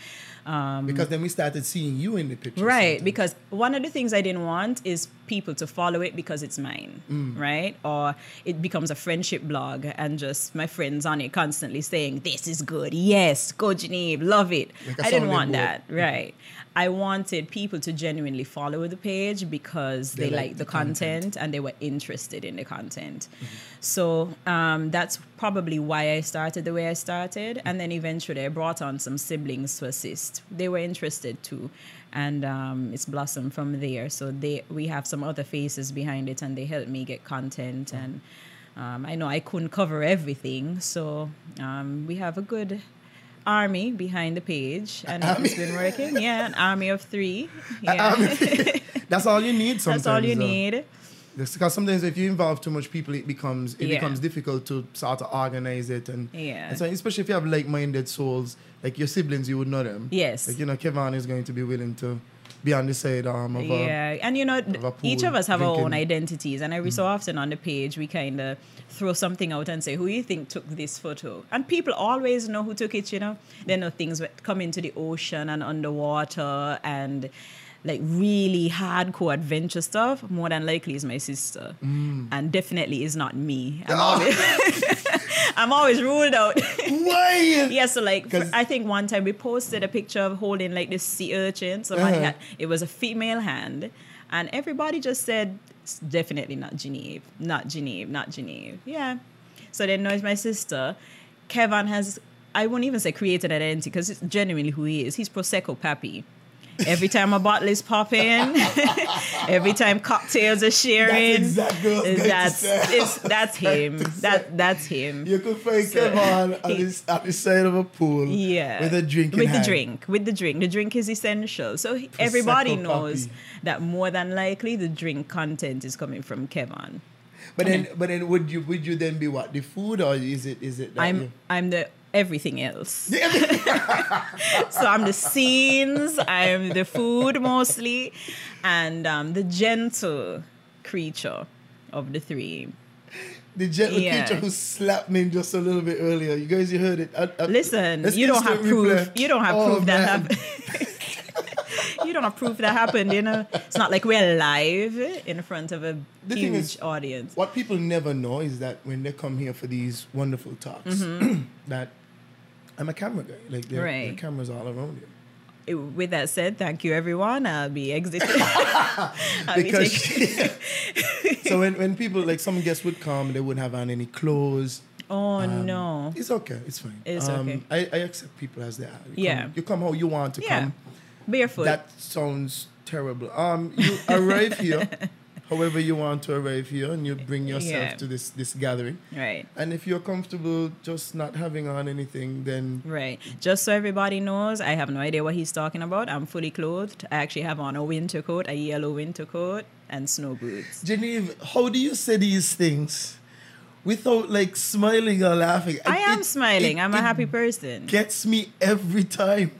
Speaker 2: Um,
Speaker 1: because then we started seeing you in the picture.
Speaker 2: Right, because one of the things I didn't want is people to follow it because it's mine, right? Or it becomes a friendship blog and just my friends on it constantly saying, This is good, yes, go Geneve, love it.
Speaker 1: Like a
Speaker 2: I didn't
Speaker 1: sounding
Speaker 2: want
Speaker 1: board.
Speaker 2: that, right? I wanted people to genuinely follow the page because they,
Speaker 1: liked
Speaker 2: liked the, content, Mm-hmm. and they were interested in the content. So um, that's probably why I started the way I started. And then eventually I brought on some siblings to assist. They were interested too. And um, it's blossomed from there. So they we have some other faces behind it and they helped me get content. And um, I know I couldn't cover everything. So um, we have a good army behind the page and it's been working. Yeah, an army of three. Yeah.
Speaker 1: That's all you need sometimes. uh,
Speaker 2: That's all you
Speaker 1: though.
Speaker 2: need.
Speaker 1: That's because sometimes if you involve too much people, it becomes it
Speaker 2: Yeah.
Speaker 1: becomes difficult to sort of organize it and
Speaker 2: Yeah.
Speaker 1: And so especially if you have like-minded souls, like your siblings, you would know them.
Speaker 2: Yes.
Speaker 1: Like you know, Kevin is going to be willing to be on the side arm of a
Speaker 2: yeah and you know th-
Speaker 1: a
Speaker 2: each
Speaker 1: pool
Speaker 2: of us have our own
Speaker 1: drinking. Mm.
Speaker 2: identities and every so often on the page we kind of throw something out and say who you think took this photo and people always know who took it you know they know things that come into the ocean and underwater and like really hardcore adventure stuff more than likely is my sister
Speaker 1: Mm.
Speaker 2: and definitely is not me i'm, always, I'm always ruled out
Speaker 1: Why?
Speaker 2: yeah, so like for,
Speaker 1: 'Cause-
Speaker 2: I think one time we posted a picture of holding like this sea urchin. Somebody
Speaker 1: Uh-huh.
Speaker 2: had it was a female hand, and everybody just said "It's definitely not Geneve, not Geneve, not Geneve. Yeah, so they know it's my sister. Kevin has I won't even say created an identity because it's genuinely who he is. He's prosecco pappy. Every time a bottle is popping, every time cocktails are sharing,
Speaker 1: exactly what I was going to
Speaker 2: that's
Speaker 1: say.
Speaker 2: it's, that's him.
Speaker 1: to say.
Speaker 2: That that's him.
Speaker 1: You could find
Speaker 2: So-
Speaker 1: Kevin at, his, at the side of a pool
Speaker 2: Yeah.
Speaker 1: with a drink in
Speaker 2: With
Speaker 1: hand.
Speaker 2: the drink. With the drink. The drink is essential. So he- everybody
Speaker 1: Prosecco
Speaker 2: knows
Speaker 1: puppy.
Speaker 2: that more than likely the drink content is coming from Kevin.
Speaker 1: But then but then would you would you then be what? The food or is it is it that
Speaker 2: I'm
Speaker 1: you-
Speaker 2: I'm the everything else. so I'm the scenes, I'm the food mostly, and um, the gentle creature of the three.
Speaker 1: The gentle
Speaker 2: Yeah.
Speaker 1: teacher who slapped me just a little bit earlier. You guys, you heard it. I, I-
Speaker 2: Listen,
Speaker 1: Let's
Speaker 2: you don't
Speaker 1: instant
Speaker 2: have proof.
Speaker 1: replay.
Speaker 2: You don't have
Speaker 1: Oh,
Speaker 2: proof that
Speaker 1: man.
Speaker 2: happened. you don't have proof that happened. You know, it's not like we're live in front of a
Speaker 1: The thing
Speaker 2: huge
Speaker 1: is-
Speaker 2: audience.
Speaker 1: What people never know is that when they come here for these wonderful talks, that I'm a camera guy. Like there, there are
Speaker 2: Mm-hmm. Right.
Speaker 1: cameras all around you.
Speaker 2: It- With that said, thank you everyone. I'll be exiting. I'll be
Speaker 1: Because
Speaker 2: taking-
Speaker 1: so when, when people like some guests would come, they wouldn't have on any clothes.
Speaker 2: oh
Speaker 1: um,
Speaker 2: no.
Speaker 1: It's okay. It's fine. Um,
Speaker 2: It's okay.
Speaker 1: I, I accept people as they are. You
Speaker 2: Yeah.
Speaker 1: Come, you come how you want to
Speaker 2: Yeah.
Speaker 1: come.
Speaker 2: Barefoot.
Speaker 1: That sounds terrible. Um, you arrive here, however you want to arrive here, and you bring yourself
Speaker 2: Yeah.
Speaker 1: to this this gathering.
Speaker 2: right.
Speaker 1: And if you're comfortable just not having on anything, then
Speaker 2: Right. Just so everybody knows, I have no idea what he's talking about. I'm fully clothed. I actually have on a winter coat, a yellow winter coat, and snow boots.
Speaker 1: Genevieve, how do you say these things without like smiling or laughing?
Speaker 2: I am
Speaker 1: It-
Speaker 2: smiling.
Speaker 1: it-
Speaker 2: I'm a
Speaker 1: it
Speaker 2: happy person.
Speaker 1: Gets me every time.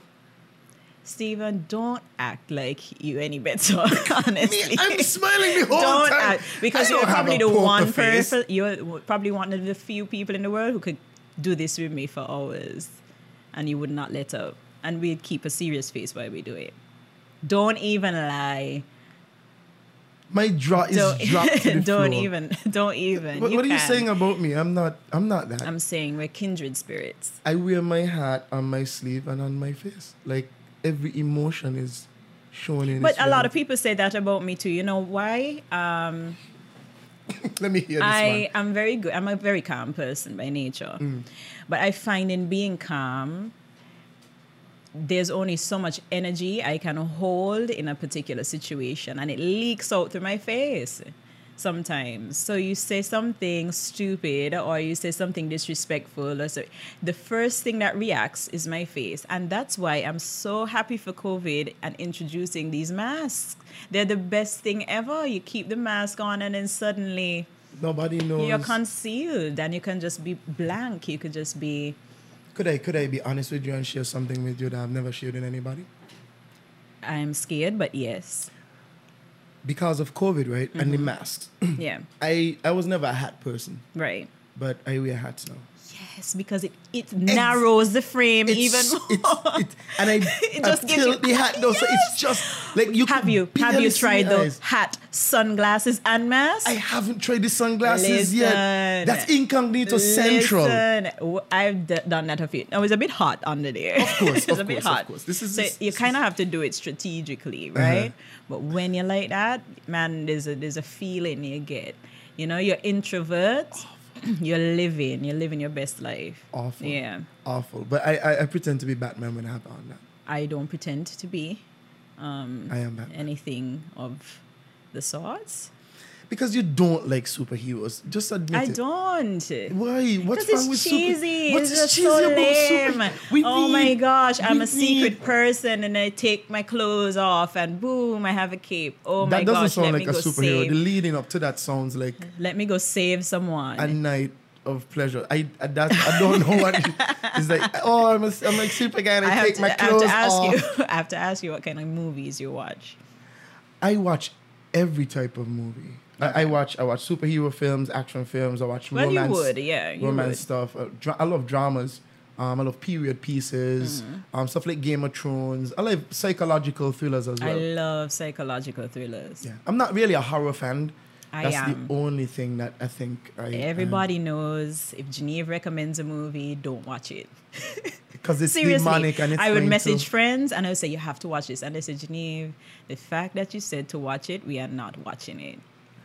Speaker 2: Steven, don't act like you any better, honestly.
Speaker 1: I'm smiling the whole
Speaker 2: don't
Speaker 1: time
Speaker 2: act because
Speaker 1: I
Speaker 2: you're
Speaker 1: don't have
Speaker 2: probably
Speaker 1: a
Speaker 2: the
Speaker 1: poker
Speaker 2: one
Speaker 1: face.
Speaker 2: person you're w- probably one of the few people in the world who could do this with me for hours and you would not let up and we'd keep a serious face while we do it. Don't even lie.
Speaker 1: My jaw is
Speaker 2: Don't
Speaker 1: dropped to the
Speaker 2: don't
Speaker 1: floor.
Speaker 2: even don't even.
Speaker 1: What, what are you
Speaker 2: can.
Speaker 1: saying about me? I'm not. I'm not that.
Speaker 2: I'm saying we're kindred spirits.
Speaker 1: I wear my hat on my sleeve and on my face. Like every emotion is shown in.
Speaker 2: But
Speaker 1: its
Speaker 2: a lot of
Speaker 1: reality.
Speaker 2: people say that about me too. You know why? Um,
Speaker 1: Let me hear this
Speaker 2: I am very good. I'm a very calm person by nature, but I find in being calm, there's only so much energy I can hold in a particular situation, and it leaks out through my face. sometimes. So you say something stupid or you say something disrespectful or so the first thing that reacts is my face. And that's why I'm so happy for COVID and introducing these masks. They're the best thing ever. You keep the mask on and then suddenly
Speaker 1: Nobody knows.
Speaker 2: you're concealed and you can just be blank. You could just be
Speaker 1: could I could I be honest with you and share something with you that I've never shared with anybody?
Speaker 2: I'm scared, but yes.
Speaker 1: Because of COVID, right? And the
Speaker 2: Mm-hmm.
Speaker 1: masks.
Speaker 2: Yeah.
Speaker 1: I I was never a hat person,
Speaker 2: Right.
Speaker 1: but I wear hats now.
Speaker 2: Yes, because it, it narrows the frame
Speaker 1: It's-
Speaker 2: even
Speaker 1: it's,
Speaker 2: more.
Speaker 1: it, and I,
Speaker 2: It
Speaker 1: I
Speaker 2: just gives
Speaker 1: peel
Speaker 2: you-
Speaker 1: the hat though, so it's
Speaker 2: Yes.
Speaker 1: just like you
Speaker 2: have
Speaker 1: could
Speaker 2: you have
Speaker 1: barely
Speaker 2: you
Speaker 1: see
Speaker 2: tried
Speaker 1: my
Speaker 2: the
Speaker 1: eyes.
Speaker 2: hat, sunglasses, and mask?
Speaker 1: I haven't tried the sunglasses yet.
Speaker 2: Listen.
Speaker 1: That's incognito central.
Speaker 2: Listen, w- I've d- done that a few. Now it's a bit hot under there. Of
Speaker 1: course,
Speaker 2: it's
Speaker 1: of
Speaker 2: a bit
Speaker 1: course, of
Speaker 2: hot.
Speaker 1: course. This is- Uh-huh.
Speaker 2: so
Speaker 1: this-
Speaker 2: you
Speaker 1: this
Speaker 2: kind of have to do it strategically, right? But when you're like that, man, there's a there's a feeling you get. You know, you're introvert. You're living. You're living your best life.
Speaker 1: Awful.
Speaker 2: Yeah.
Speaker 1: Awful. But I, I, I pretend to be Batman when I have on that.
Speaker 2: I don't pretend to be Mm.
Speaker 1: I am Batman.
Speaker 2: anything of the sorts.
Speaker 1: Because you don't like superheroes. Just admit
Speaker 2: I
Speaker 1: it.
Speaker 2: don't.
Speaker 1: Why? What's
Speaker 2: Because
Speaker 1: wrong with
Speaker 2: it's
Speaker 1: super-
Speaker 2: cheesy.
Speaker 1: What's
Speaker 2: it's just
Speaker 1: cheesy
Speaker 2: so
Speaker 1: about
Speaker 2: lame.
Speaker 1: super- We
Speaker 2: oh my
Speaker 1: need-
Speaker 2: gosh, I'm
Speaker 1: we
Speaker 2: a secret
Speaker 1: need-
Speaker 2: person and I take my clothes off and boom, I have a cape. Oh my
Speaker 1: That doesn't
Speaker 2: gosh,
Speaker 1: sound
Speaker 2: let
Speaker 1: like
Speaker 2: me
Speaker 1: a
Speaker 2: go
Speaker 1: superhero.
Speaker 2: save. Mm.
Speaker 1: The leading up to that sounds like
Speaker 2: let me go save someone.
Speaker 1: a night of pleasure. I I- that I don't know what it's like. Oh, I'm a, I'm like Superman. I,
Speaker 2: I have,
Speaker 1: take
Speaker 2: to,
Speaker 1: my
Speaker 2: I have
Speaker 1: clothes
Speaker 2: to ask
Speaker 1: off.
Speaker 2: you. I have to ask you what kind of movies you watch.
Speaker 1: I watch every type of movie. I, I watch I watch superhero films, action films. I watch
Speaker 2: Well, you
Speaker 1: romance,
Speaker 2: would, yeah, you
Speaker 1: romance
Speaker 2: would.
Speaker 1: stuff. Uh, dra- I love dramas. Um, I love period pieces,
Speaker 2: Mm-hmm.
Speaker 1: um, stuff like Game of Thrones. I love psychological thrillers as
Speaker 2: I
Speaker 1: well.
Speaker 2: love psychological thrillers.
Speaker 1: yeah, I'm not really a horror fan.
Speaker 2: I
Speaker 1: That's
Speaker 2: am.
Speaker 1: the only thing that I think. I,
Speaker 2: Everybody knows if Geneva recommends a movie, don't watch it.
Speaker 1: because it's
Speaker 2: Seriously,
Speaker 1: demonic and it's
Speaker 2: I would
Speaker 1: going to-
Speaker 2: message friends and I would say, You have to watch this. And they said, Geneve, the fact that you said to watch it, we are not watching it.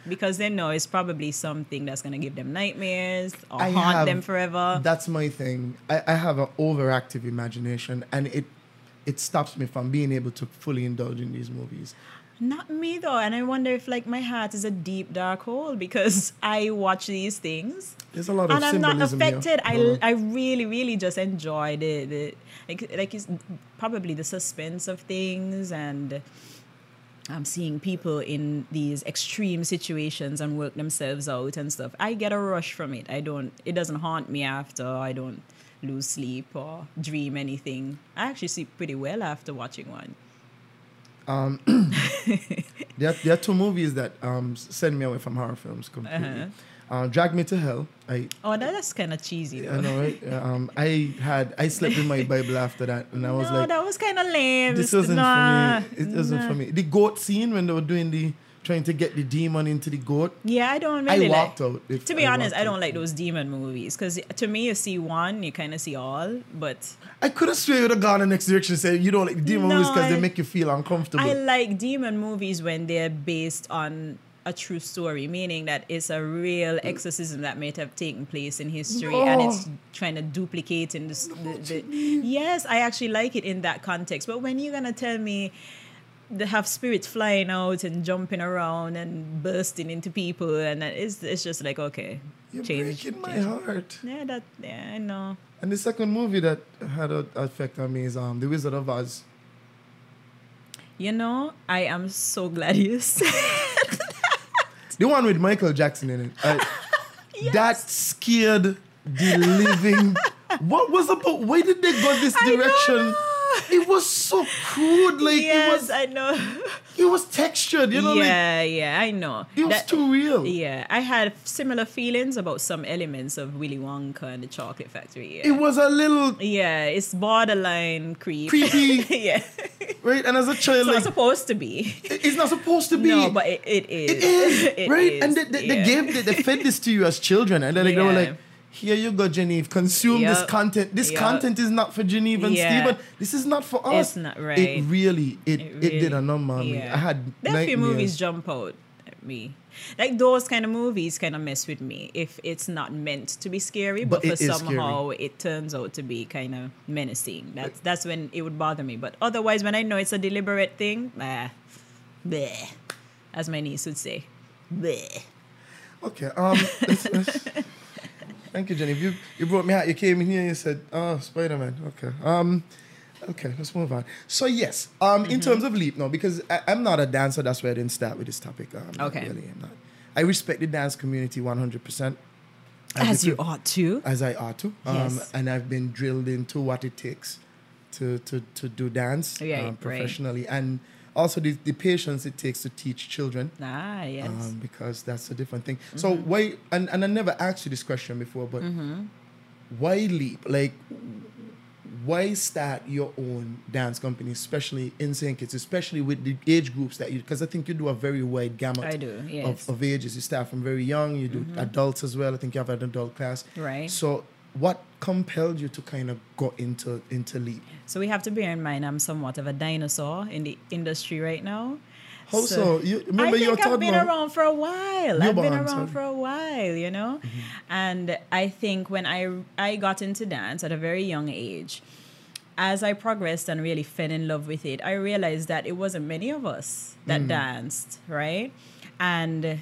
Speaker 2: Because they know it's probably something that's going to give them nightmares or
Speaker 1: I
Speaker 2: haunt
Speaker 1: have-
Speaker 2: them forever.
Speaker 1: That's my thing. I, I have an overactive imagination, and it it stops me from being able to fully indulge in these movies.
Speaker 2: not me, though. And I wonder if, like, my heart is a deep, dark hole because I watch these things.
Speaker 1: There's a lot of
Speaker 2: and I'm not
Speaker 1: symbolism here.
Speaker 2: affected.
Speaker 1: Hold on.
Speaker 2: I, I really, really just enjoy the, the like, like it's probably the suspense of things and I'm seeing people in these extreme situations and work themselves out and stuff. I get a rush from it. I don't, it doesn't haunt me after. I don't lose sleep or dream anything. I actually sleep pretty well after watching one.
Speaker 1: There are, there are two movies that um, s- send me away from horror films completely. uh
Speaker 2: Uh-huh.
Speaker 1: Drag Me to Hell. I,
Speaker 2: Oh, that- that's kind of cheesy though.
Speaker 1: I know, right? Um, I had I slept in my Bible after that, and I was
Speaker 2: no,
Speaker 1: like,
Speaker 2: that was kind of lame.
Speaker 1: "This isn't
Speaker 2: Nah,
Speaker 1: for me. It isn't
Speaker 2: nah.
Speaker 1: for me." The goat scene when they were doing the trying to get the demon into the goat.
Speaker 2: Yeah, I don't
Speaker 1: I
Speaker 2: really
Speaker 1: walked
Speaker 2: like.
Speaker 1: out if
Speaker 2: to be
Speaker 1: I
Speaker 2: honest,
Speaker 1: walked
Speaker 2: I don't
Speaker 1: out.
Speaker 2: like those demon movies because to me, you see one, you kind of see all. But
Speaker 1: I could have swear you would have gone in the next direction. and Said you don't like the demon movies
Speaker 2: No,
Speaker 1: because they
Speaker 2: I-
Speaker 1: make you feel uncomfortable.
Speaker 2: I like demon movies when they're based on a true story, meaning that it's a real
Speaker 1: Mm.
Speaker 2: exorcism that might have taken place in history, and it's trying to duplicate in this. the, the, yes, I actually like it in that context. But when you're gonna tell me they have spirits flying out and jumping around and bursting into people, and that- it's it's just like okay,
Speaker 1: You're breaking my
Speaker 2: change.
Speaker 1: heart.
Speaker 2: Yeah, that yeah, I know.
Speaker 1: And the second movie that had an effect on me is um, The Wizard of Oz.
Speaker 2: You know, I am so glad you said.
Speaker 1: The one with Michael Jackson in it. I- That scared the living. what was about? Why did they go this
Speaker 2: don't
Speaker 1: direction?
Speaker 2: know.
Speaker 1: It was so crude. Like
Speaker 2: yes,
Speaker 1: it was,
Speaker 2: I know.
Speaker 1: it was textured. You know, like
Speaker 2: yeah, yeah, I know.
Speaker 1: it was
Speaker 2: That-
Speaker 1: too real.
Speaker 2: Yeah, I had similar feelings about some elements of Willy Wonka and the Chocolate Factory. Yeah,
Speaker 1: It was a little
Speaker 2: yeah it's borderline creep.
Speaker 1: creepy,
Speaker 2: yeah,
Speaker 1: right? And as a child,
Speaker 2: it's not
Speaker 1: like,
Speaker 2: supposed to be.
Speaker 1: it's not supposed to be.
Speaker 2: No, but it, it is.
Speaker 1: it is
Speaker 2: It
Speaker 1: right.
Speaker 2: is,
Speaker 1: And they, they,
Speaker 2: yeah.
Speaker 1: they gave they, they fed this to you as children, and then like, they were
Speaker 2: Yeah.
Speaker 1: like, "Here you go, Genevieve. Consume this
Speaker 2: Yup.
Speaker 1: content. This
Speaker 2: Yup.
Speaker 1: content is not for Genevieve and
Speaker 2: Yeah.
Speaker 1: Stephen. This is not for us.
Speaker 2: It's not
Speaker 1: It
Speaker 2: right.
Speaker 1: really it it,
Speaker 2: It
Speaker 1: did a
Speaker 2: really-
Speaker 1: number on me.
Speaker 2: yeah.
Speaker 1: I had
Speaker 2: There are few
Speaker 1: nightmares.
Speaker 2: movies jump out at me. Like those kind of movies kind of mess with me if it's not meant to be scary,
Speaker 1: But
Speaker 2: but,
Speaker 1: it
Speaker 2: for
Speaker 1: is scary.
Speaker 2: somehow it turns out to be kind of menacing. That's that's when it would bother me. But otherwise, when I know it's a deliberate thing, bah, bleh, as my niece would say, bleh.
Speaker 1: Okay. Um. let's- let's- Thank you, Jenny. You you brought me out. You came in here. and You said, "Oh, Spider Man." Okay. Um. Okay. Let's move on. So yes. Um.
Speaker 2: Mm-hmm.
Speaker 1: In terms of leap, no, because I, I'm not a dancer. That's why I didn't start with this topic. Um, I
Speaker 2: Okay.
Speaker 1: Really, I'm not. I respect the dance community 100. percent
Speaker 2: As you ought to.
Speaker 1: as I ought to. Um,
Speaker 2: Yes.
Speaker 1: And I've been drilled into what it takes to, to, to do dance
Speaker 2: Yeah, right.
Speaker 1: um, professionally and also the, the patience it takes to teach children.
Speaker 2: Ah, yes. Mm-hmm.
Speaker 1: Um, because that's a different thing. So why? And, and I never asked you this question before, but why leap? Like, why start your own dance company, especially in Saint Kitts, especially with the age groups that you? Because I think you do a very wide gamut.
Speaker 2: I do, yes. Mm-hmm.
Speaker 1: Of, of ages, you start from very young. You do adults as well. I think you have an adult class.
Speaker 2: Right.
Speaker 1: So what compelled you to kind of go into into leap?
Speaker 2: so we have to bear in mind I'm somewhat of a dinosaur in the industry right now.
Speaker 1: How so? You- remember
Speaker 2: I think
Speaker 1: your
Speaker 2: I've
Speaker 1: third
Speaker 2: been
Speaker 1: one-
Speaker 2: around for a while. I've been
Speaker 1: Newborn,
Speaker 2: around
Speaker 1: sorry.
Speaker 2: for a while, you know?
Speaker 1: Mm-hmm.
Speaker 2: And I think when I I got into dance at a very young age, as I progressed and really fell in love with it, I realized that it wasn't many of us that
Speaker 1: Mm.
Speaker 2: danced, right? And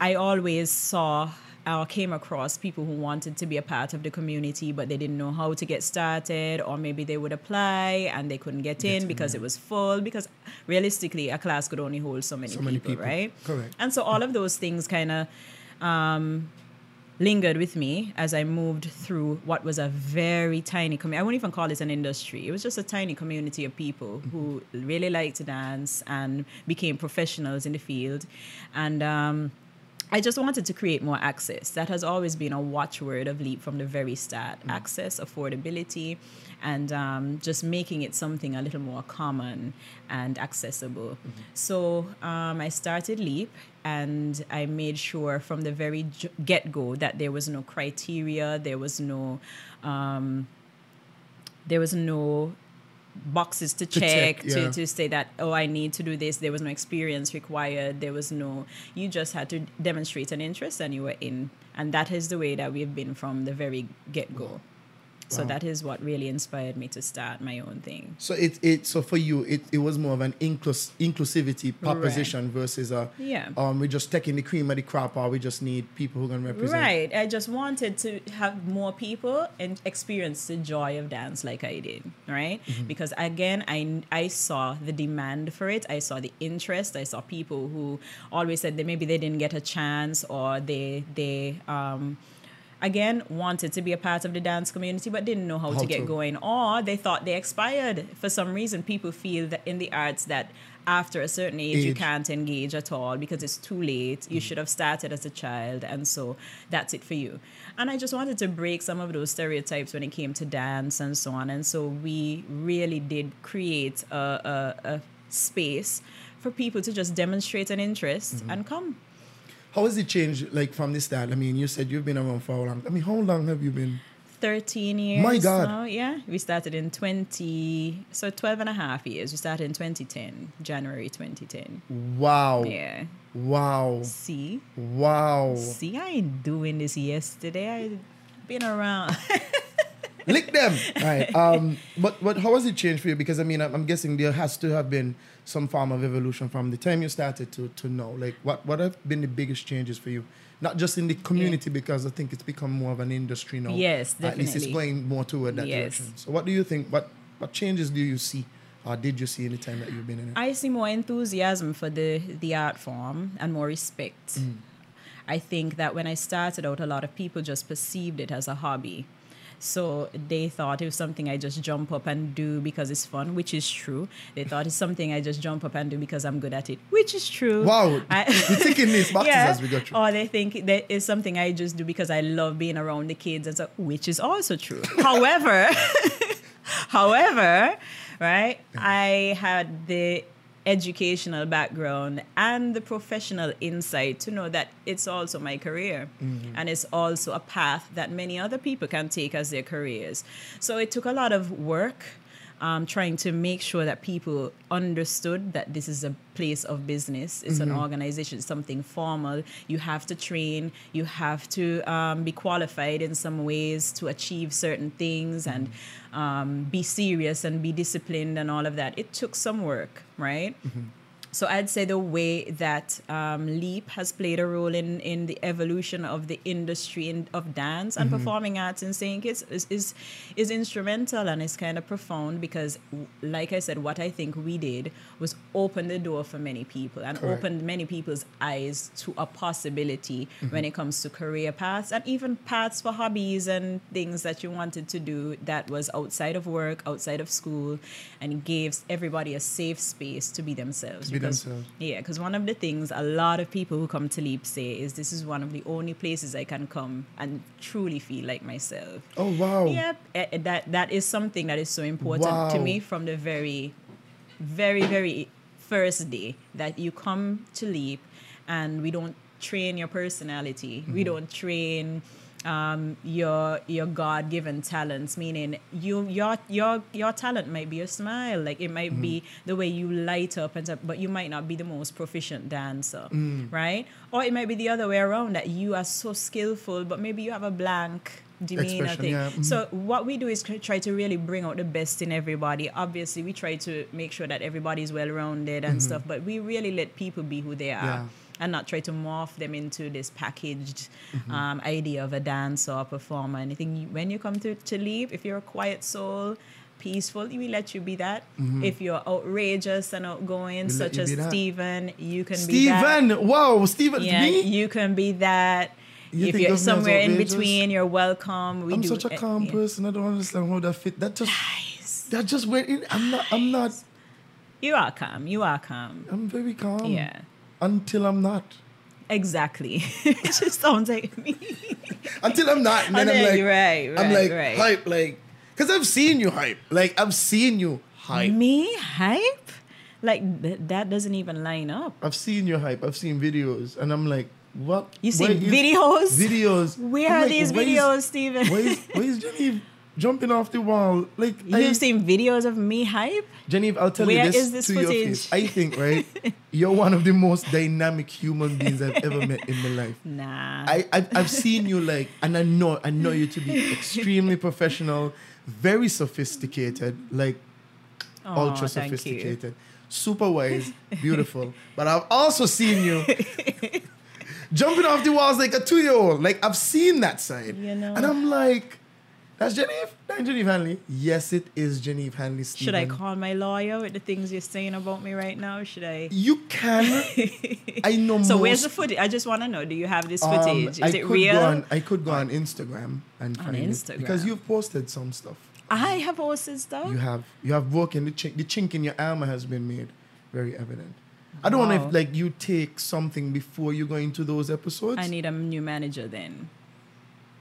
Speaker 2: I always saw or came across people who wanted to be a part of the community, but they didn't know how to get started, or maybe they would apply and they couldn't get, in because it was full. Because realistically, a class could only hold so many,
Speaker 1: So many
Speaker 2: people,
Speaker 1: people.
Speaker 2: right?
Speaker 1: Correct.
Speaker 2: And so all of those things kind of lingered with me as I moved through what was a very tiny community. I won't even call it an industry. It was just a tiny community of people who really liked to dance and became professionals in the field. And um, I just wanted to create more access. That has always been a watchword of Leap from the very start access, affordability, and um, just making it something a little more common and accessible. So um, I started Leap and I made sure from the very get go that there was no criteria, there was no. Um, there was no boxes to
Speaker 1: check,
Speaker 2: check, to,
Speaker 1: yeah.
Speaker 2: to say that oh i need to do this there was no experience required there was no you just had to demonstrate an interest and you were in and that is the way that we've been from the very get-go so that is what really inspired me to start my own thing
Speaker 1: So it it so for you it, it was more of an inclus inclusivity proposition versus a
Speaker 2: Yeah.
Speaker 1: um we're just taking the cream of the crop or we just need people who can represent
Speaker 2: right i just wanted to have more people and experience the joy of dance like i did right
Speaker 1: Mm-hmm.
Speaker 2: because again I, I saw the demand for it i saw the interest i saw people who always said that maybe they didn't get a chance or they they um again wanted to be a part of the dance community but didn't know how,
Speaker 1: How
Speaker 2: to get
Speaker 1: to.
Speaker 2: going or they thought they expired for some reason people feel that in the arts that after a certain age, you
Speaker 1: Age.
Speaker 2: can't engage at all because it's too late you should have started as a child and so that's it for you and i just wanted to break some of those stereotypes when it came to dance and so on and so we really did create a, a, a space for people to just demonstrate an interest and come
Speaker 1: How has it changed like from the start? I mean, you said you've been around for how long? I mean, how long have you been
Speaker 2: 13 years
Speaker 1: My God.
Speaker 2: now, yeah we started in 20 so 12 and a half years we started in 2010 january 2010
Speaker 1: Wow.
Speaker 2: yeah
Speaker 1: Wow.
Speaker 2: see
Speaker 1: Wow.
Speaker 2: see i ain't doing this yesterday i been around
Speaker 1: Lick them. Right. Um but but how has it changed for you? Because I mean I'm, I'm guessing there has to have been some form of evolution from the time you started to to now. Like what what have been the biggest changes for you? Not just in the community because I think it's become more of an industry now.
Speaker 2: Yes,
Speaker 1: At least it's
Speaker 2: definitely.
Speaker 1: going more toward that
Speaker 2: Yes.
Speaker 1: direction. So what do you think? What what changes do you see or did you see in the time that you've been in it?
Speaker 2: I see more enthusiasm for the the art form and more respect. I think that when I started out, a lot of people just perceived it as a hobby. So they thought it was something I just jump up and do because it's fun, which is true. They thought it's something I just jump up and do because I'm good at it, which is true.
Speaker 1: Wow,
Speaker 2: I- Oh,
Speaker 1: we're taking this boxes as we go through.
Speaker 2: Or they think that it's something I just do because I love being around the kids, and so, which is also true. However, However, right, I had the educational background and the professional insight to know that it's also my career
Speaker 1: Mm-hmm.
Speaker 2: and it's also a path that many other people can take as their careers. So it took a lot of work. Um, trying to make sure that people understood that this is a place of business, it's an organization, something formal. You have to train, you have to um, be qualified in some ways to achieve certain things, and um, be serious and be disciplined and all of that. It took some work, right? So I'd say the way that um, Leap has played a role in, in the evolution of the industry in, of dance and performing arts in St. Kitts is, is is instrumental and is kind of profound because, w- like I said, what I think we did was open the door for many people and
Speaker 1: Correct.
Speaker 2: opened many people's eyes to a possibility when it comes to career paths and even paths for hobbies and things that you wanted to do that was outside of work, outside of school, and gave everybody a safe space to be
Speaker 1: be
Speaker 2: themselves because-
Speaker 1: themselves.
Speaker 2: Yeah, because one of the things a lot of people who come to Leap say is this is one of the only places I can come and truly feel like myself.
Speaker 1: Oh wow.
Speaker 2: Yep, eh, eh, that that is something that is so important to
Speaker 1: Wow.
Speaker 2: me from the very, very very first day that you come to Leap, and we don't train your personality.
Speaker 1: Mm-hmm.
Speaker 2: We don't train um, your your God given talents. Meaning you your your your talent might be a smile, like it might be
Speaker 1: Mm-hmm.
Speaker 2: the way you light up and stuff, but you might not be the most proficient dancer,
Speaker 1: Mm.
Speaker 2: right? Or it might be the other way around that you are so skillful, but maybe you have a blank demeanor
Speaker 1: Expression,
Speaker 2: thing.
Speaker 1: yeah, mhm.
Speaker 2: So what we do is c- try to really bring out the best in everybody. Obviously, we try to make sure that everybody's well rounded and stuff, but we really let people be who they are.
Speaker 1: Mm-hmm. Yeah.
Speaker 2: And not try to morph them into this packaged
Speaker 1: Mm-hmm.
Speaker 2: um, idea of a dancer or performer. Anything You- when you come to to leave, if you're a quiet soul, peaceful, we let you be that. If you're outrageous and outgoing,
Speaker 1: Mm-hmm. We let
Speaker 2: such
Speaker 1: you
Speaker 2: as
Speaker 1: be that.
Speaker 2: Steven, you can be that.
Speaker 1: Steven, wow, Steven,
Speaker 2: Yeah,
Speaker 1: me?
Speaker 2: you can be that.
Speaker 1: You
Speaker 2: if
Speaker 1: think
Speaker 2: you're
Speaker 1: those men are
Speaker 2: somewhere in
Speaker 1: outrageous?
Speaker 2: between, you're welcome. We
Speaker 1: I'm
Speaker 2: do
Speaker 1: such a
Speaker 2: eh,
Speaker 1: calm
Speaker 2: yeah.
Speaker 1: person. I don't understand how that fit. That just that just went in. I'm not. I'm not.
Speaker 2: You are calm. You are calm.
Speaker 1: I'm very calm.
Speaker 2: Yeah.
Speaker 1: Until I'm not.
Speaker 2: Exactly. it just sounds like me.
Speaker 1: Until I'm not, and then
Speaker 2: And
Speaker 1: I'm
Speaker 2: then
Speaker 1: like,
Speaker 2: Oh, you're right,
Speaker 1: I'm
Speaker 2: right,
Speaker 1: like
Speaker 2: right.
Speaker 1: hype, like, cause I've seen you hype. Like I've seen you hype.
Speaker 2: me hype? Like th- that doesn't even line up.
Speaker 1: I've seen your hype. I've seen videos, and I'm like, what?
Speaker 2: You
Speaker 1: where
Speaker 2: see
Speaker 1: is-
Speaker 2: videos?
Speaker 1: Videos.
Speaker 2: Where
Speaker 1: I'm
Speaker 2: are
Speaker 1: like,
Speaker 2: these
Speaker 1: where is-
Speaker 2: videos, Steven?
Speaker 1: Why is why is Genevieve jumping off the wall? Like I,
Speaker 2: You've seen videos of me hype?
Speaker 1: Genevieve, I'll tell
Speaker 2: Where
Speaker 1: you this,
Speaker 2: is this
Speaker 1: to your
Speaker 2: footage?
Speaker 1: face. I think right, you're one of the most dynamic human beings I've ever met in my life.
Speaker 2: Nah.
Speaker 1: I, I've, I've seen you like, and I know, I know you to be extremely professional, very sophisticated, like
Speaker 2: Aw,
Speaker 1: ultra
Speaker 2: thank you.
Speaker 1: sophisticated, super wise, beautiful. But I've also seen you jumping off the walls like a two year old. Like I've seen that side,
Speaker 2: You know.
Speaker 1: and I'm like, that's Genevieve, that's Genevieve Hanley. Yes, it is Genevieve Hanley.
Speaker 2: Should I
Speaker 1: Stephen.
Speaker 2: call my lawyer with the things you're saying about me right now? Should I?
Speaker 1: You can. I know.
Speaker 2: So
Speaker 1: most,
Speaker 2: where's the footage? I just want to know. Do you have this
Speaker 1: um,
Speaker 2: footage?
Speaker 1: I
Speaker 2: Is it
Speaker 1: could
Speaker 2: real?
Speaker 1: Go on, I could go on Instagram and find it because
Speaker 2: Instagram. Oh.
Speaker 1: you've posted some stuff.
Speaker 2: I have horses though.
Speaker 1: You have you have work and the chink the chink in your armor has been made very evident. I don't know
Speaker 2: Wow.
Speaker 1: if like you take something before you go into those episodes.
Speaker 2: I need a new manager then.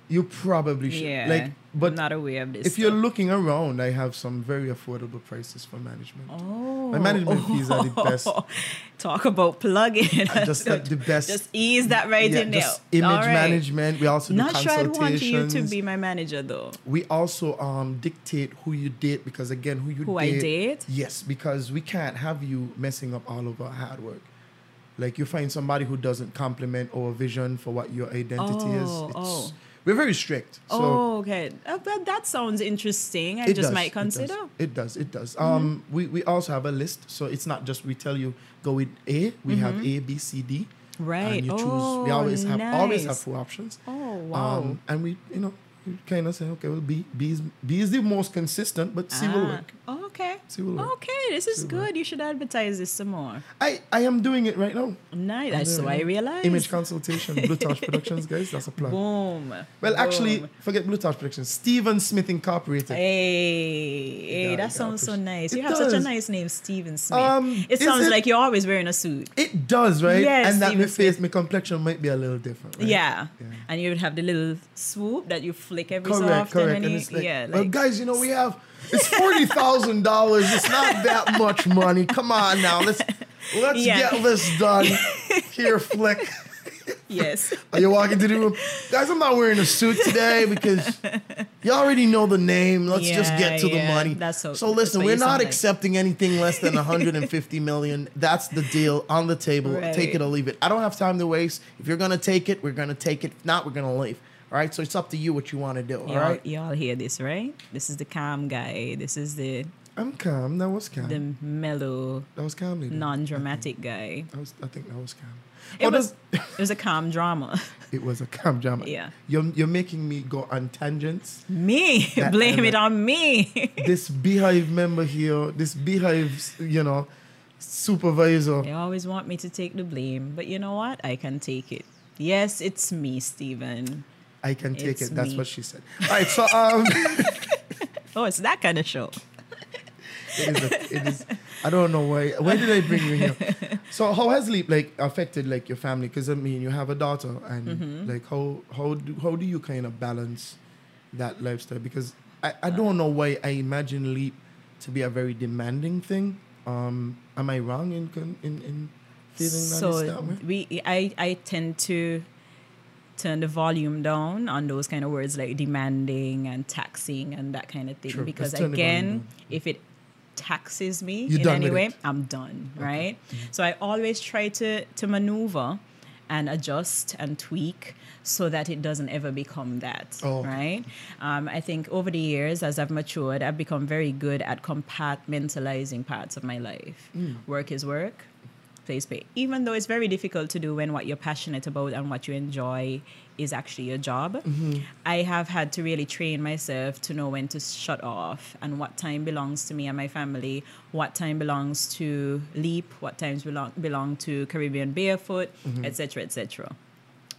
Speaker 1: you probably should.
Speaker 2: Yeah.
Speaker 1: Like but
Speaker 2: I'm not aware of this.
Speaker 1: if you're
Speaker 2: stuff.
Speaker 1: looking around, I have some very affordable prices for management.
Speaker 2: Oh.
Speaker 1: My management fees are the best.
Speaker 2: Talk about plug-in.
Speaker 1: Just uh, the best.
Speaker 2: Just ease that right
Speaker 1: yeah,
Speaker 2: in there.
Speaker 1: just image
Speaker 2: All right.
Speaker 1: management. We also do
Speaker 2: Not sure I'd
Speaker 1: consultations.
Speaker 2: want you to be my manager though.
Speaker 1: we also um dictate who you date because again who you
Speaker 2: Who I
Speaker 1: date,
Speaker 2: date?
Speaker 1: yes because we can't have you messing up all of our hard work like you find somebody who doesn't complement our vision for what your identity
Speaker 2: Oh,
Speaker 1: is
Speaker 2: oh.
Speaker 1: we're very strict so
Speaker 2: oh, okay. Uh, but that sounds interesting. I
Speaker 1: it
Speaker 2: just
Speaker 1: does,
Speaker 2: might
Speaker 1: it does,
Speaker 2: consider. Mm-hmm.
Speaker 1: it does it does, um we we also have a list so it's not just we tell you go with a we have a b c d
Speaker 2: Mm-hmm. Right.
Speaker 1: and you choose we
Speaker 2: Oh,
Speaker 1: always have always have
Speaker 2: nice.
Speaker 1: four options Um,
Speaker 2: Oh, wow.
Speaker 1: and we you know kind of say okay well b b is b is the most consistent but c will
Speaker 2: Ah,
Speaker 1: work
Speaker 2: Okay.
Speaker 1: See what work.
Speaker 2: Okay, this is
Speaker 1: See what work.
Speaker 2: good. You should advertise this some more.
Speaker 1: I, I am doing it right now.
Speaker 2: Nice.
Speaker 1: I'm
Speaker 2: I- so
Speaker 1: doing it
Speaker 2: I
Speaker 1: now.
Speaker 2: realized.
Speaker 1: Image consultation, Blue Touch Productions, guys. That's a plug.
Speaker 2: Boom.
Speaker 1: Well, actually,
Speaker 2: boom.
Speaker 1: forget Blue Touch Productions. Steven Smith Incorporated.
Speaker 2: Hey, hey,
Speaker 1: gotta- you
Speaker 2: that
Speaker 1: gotta
Speaker 2: sounds so
Speaker 1: push-
Speaker 2: nice.
Speaker 1: It
Speaker 2: You have such a
Speaker 1: does.
Speaker 2: nice name, Steven Smith.
Speaker 1: Um,
Speaker 2: it
Speaker 1: is
Speaker 2: sounds
Speaker 1: it-
Speaker 2: like you're always wearing a suit.
Speaker 1: It does, right?
Speaker 2: Yes,
Speaker 1: and that my
Speaker 2: Steven
Speaker 1: face,
Speaker 2: Smith.
Speaker 1: my complexion might be a little different. Right?
Speaker 2: Yeah.
Speaker 1: Yeah.
Speaker 2: and you would have the little swoop that you flick every so
Speaker 1: Correct,
Speaker 2: often.
Speaker 1: correct.
Speaker 2: And
Speaker 1: And
Speaker 2: you,
Speaker 1: it's like,
Speaker 2: yeah,
Speaker 1: well,
Speaker 2: like-
Speaker 1: guys, you know, we have it's forty thousand dollars. It's not that much money. Come on now, let's let's
Speaker 2: Yeah.
Speaker 1: get this done. Here, flick.
Speaker 2: yes,
Speaker 1: Are you walking to the room? Guys, I'm not wearing a suit today because you already know the name. Let's just
Speaker 2: Yeah,
Speaker 1: get to
Speaker 2: yeah.
Speaker 1: the money.
Speaker 2: That's so-
Speaker 1: so
Speaker 2: that's
Speaker 1: listen,
Speaker 2: what
Speaker 1: we're
Speaker 2: you
Speaker 1: not
Speaker 2: sound like.
Speaker 1: accepting anything less than 150 million. That's the deal on the table. Take
Speaker 2: Right.
Speaker 1: it or leave it. I don't have time to waste. If you're gonna take it, we're gonna take it. If not, we're gonna leave. All right. So it's up to you what you want to do. All
Speaker 2: y'all,
Speaker 1: right.
Speaker 2: y'all hear this, right? This is the calm guy. This is the
Speaker 1: I'm calm. That was calm.
Speaker 2: the mellow,
Speaker 1: that was calm, lady.
Speaker 2: non-dramatic guy.
Speaker 1: That was, I think that was calm.
Speaker 2: It
Speaker 1: oh,
Speaker 2: was,
Speaker 1: that's-
Speaker 2: it was a calm drama.
Speaker 1: it was a calm drama.
Speaker 2: Yeah.
Speaker 1: You're, you're making me go on tangents.
Speaker 2: Me,
Speaker 1: That
Speaker 2: blame
Speaker 1: element.
Speaker 2: it on me.
Speaker 1: this beehive member here, this beehive, you know, supervisor.
Speaker 2: They always want me to take the blame, but you know what? I can take it. Yes, it's me, Steven.
Speaker 1: I can take
Speaker 2: It's
Speaker 1: it. That's
Speaker 2: me.
Speaker 1: what she said. All right. So um,
Speaker 2: Oh, it's that kind of show.
Speaker 1: it is. A, it is. I don't know why. Why did I bring you here? So how has sleep like affected like your family? Because I mean, you have a daughter, and
Speaker 2: Mm-hmm.
Speaker 1: like how how do, how do you kind of balance that lifestyle? Because I,
Speaker 2: Uh.
Speaker 1: I don't know why I imagine leap to be a very demanding thing. Um, am I wrong in con- in in feeling that? it's that way?
Speaker 2: so we, I, I tend to turn the volume down on those kind of words like demanding and taxing and that kind of thing
Speaker 1: Sure, let's
Speaker 2: because
Speaker 1: turn the volume
Speaker 2: again
Speaker 1: down.
Speaker 2: if it taxes me
Speaker 1: You're
Speaker 2: in
Speaker 1: done
Speaker 2: any
Speaker 1: with
Speaker 2: way
Speaker 1: it. Mm-hmm.
Speaker 2: i'm done right so i always try to to maneuver and adjust and tweak so that it doesn't ever become that
Speaker 1: Oh, okay.
Speaker 2: right um, i think over the years as i've matured i've become very good at compartmentalizing parts of my life work is work place pay even though it's very difficult to do when what you're passionate about and what you enjoy is actually your job i have had to really train myself to know when to shut off and what time belongs to me and my family what time belongs to leap what times belong, belong to caribbean barefoot etc etc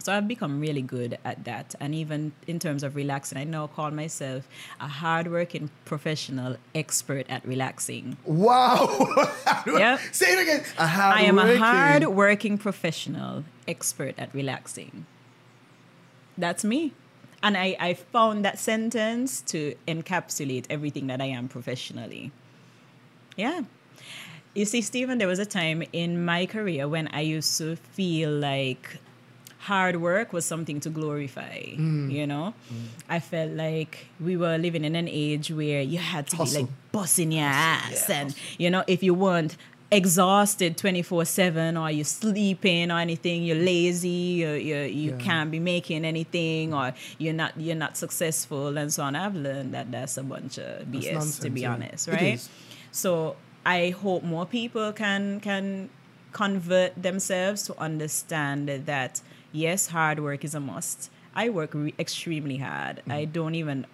Speaker 2: so I've become really good at that. And even in terms of relaxing, I now call myself a hardworking professional expert at relaxing.
Speaker 1: Wow.
Speaker 2: Yep.
Speaker 1: Say it again. A hard
Speaker 2: I am a
Speaker 1: working-
Speaker 2: hard-working professional expert at relaxing. That's me. And I, I found that sentence to encapsulate everything that I am professionally. Yeah. You see, Stephen, there was a time in my career when I used to feel like hard work was something to glorify,
Speaker 1: Mm.
Speaker 2: you know? I felt like we were living in an age where you had to
Speaker 1: Hustle.
Speaker 2: be like busting your ass. and, you know, if you weren't exhausted 24 7 or you're sleeping or anything, you're lazy, you you you
Speaker 1: Yeah.
Speaker 2: can't be making anything or you're not, you're not successful and so on. I've learned that that's a bunch of BS, to
Speaker 1: nonsense,
Speaker 2: be
Speaker 1: yeah.
Speaker 2: honest,
Speaker 1: It
Speaker 2: right?
Speaker 1: is.
Speaker 2: So I hope more people can can convert themselves to understand that yes, hard work is a must. I work re- extremely hard.
Speaker 1: Mm.
Speaker 2: I don't even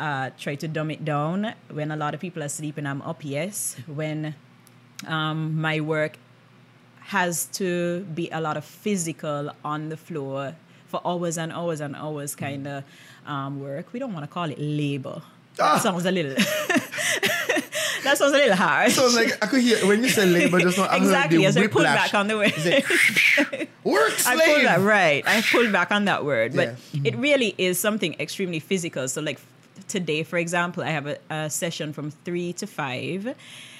Speaker 2: uh, try to dumb it down. When a lot of people are sleeping, I'm up. Yes, when um, my work has to be a lot of physical on the floor for hours and hours and
Speaker 1: Mm.
Speaker 2: hours kind of um, work. We don't want to call it labor.
Speaker 1: Ah.
Speaker 2: That sounds a little. that sounds a little hard.
Speaker 1: So like I could hear when you said labor just now. I
Speaker 2: exactly.
Speaker 1: Heard
Speaker 2: As
Speaker 1: the
Speaker 2: I pulled
Speaker 1: whiplash.
Speaker 2: back on the way.
Speaker 1: It's like, Work
Speaker 2: I
Speaker 1: slave.
Speaker 2: pulled that right. I pulled back on that word, but
Speaker 1: Yeah. Mm-hmm.
Speaker 2: it really is something extremely physical. So, like f- today, for example, I have a, a session from three to five,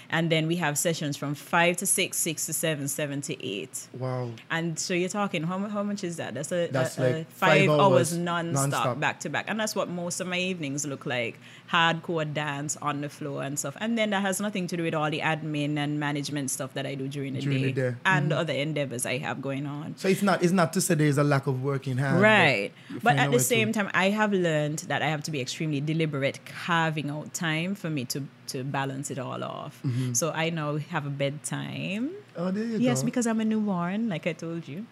Speaker 2: and then we have sessions from five to six, six to seven, seven to eight.
Speaker 1: Wow.
Speaker 2: And so you're talking how, mu- how much is that? That's a,
Speaker 1: That's
Speaker 2: a- a
Speaker 1: like
Speaker 2: five,
Speaker 1: five
Speaker 2: hours,
Speaker 1: hours
Speaker 2: non-stop,
Speaker 1: nonstop.
Speaker 2: back to back, and that's what most of my evenings look like: hardcore dance on the floor and stuff. And then that has nothing to do with all the admin and management stuff that I do during the,
Speaker 1: During
Speaker 2: day,
Speaker 1: the day. Mm-hmm.
Speaker 2: and other endeavors I have going on.
Speaker 1: So it's not it's not to say there is a lack of work in hand.
Speaker 2: Right.
Speaker 1: uh, you
Speaker 2: But
Speaker 1: find a
Speaker 2: at
Speaker 1: way
Speaker 2: the
Speaker 1: to-
Speaker 2: same time, I have learned that I have to be extremely deliberate carving out time for me to, to balance it all off.
Speaker 1: Mm-hmm.
Speaker 2: So I now have a bedtime.
Speaker 1: Oh, there you
Speaker 2: Yes,
Speaker 1: go.
Speaker 2: because I'm a newborn, like I told you.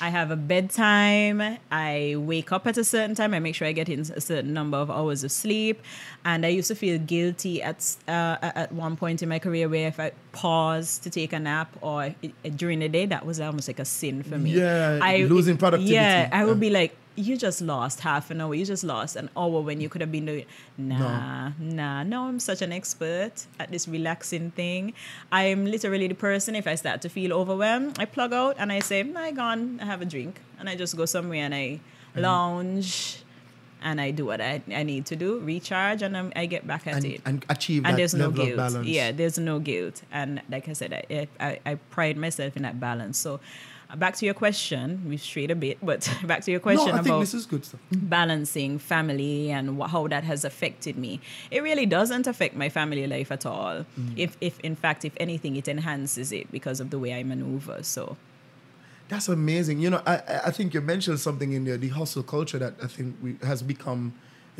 Speaker 2: I have a bedtime. I wake up at a certain time. I make sure I get in a certain number of hours of sleep. And I used to feel guilty at s- uh, at at one point in my career where if I paused to take a nap or i- during the day, that was almost like a sin for me.
Speaker 1: Yeah, losing productivity.
Speaker 2: Yeah, I would
Speaker 1: Yeah.
Speaker 2: be like, you just lost half an hour. You just lost an hour when you could have been doing. Nah, nah. Now I'm such an expert at this relaxing thing. I'm literally the person. If I start to feel overwhelmed, I plug out and I say, "Nah, I gone. I have a drink," and I just go somewhere and I
Speaker 1: Mm-hmm.
Speaker 2: lounge, and I do what I, I need to do, recharge, and I'm, I get back at
Speaker 1: and,
Speaker 2: it
Speaker 1: and achieve that
Speaker 2: and there's no
Speaker 1: level
Speaker 2: guilt.
Speaker 1: of balance.
Speaker 2: Yeah, there's no guilt. And like I said, I, I, I pride myself in that balance. So uh, back to your question, we've strayed a bit, but back to your
Speaker 1: No,
Speaker 2: question
Speaker 1: I think
Speaker 2: about
Speaker 1: this is good stuff.
Speaker 2: balancing family and wh- how that has affected me. It really doesn't affect my family life at all.
Speaker 1: Mm.
Speaker 2: If, if, in fact, if anything, it enhances it because of the way I maneuver. So
Speaker 1: That's amazing. You know, I I- I think you mentioned something in there, the hustle culture that I think we has become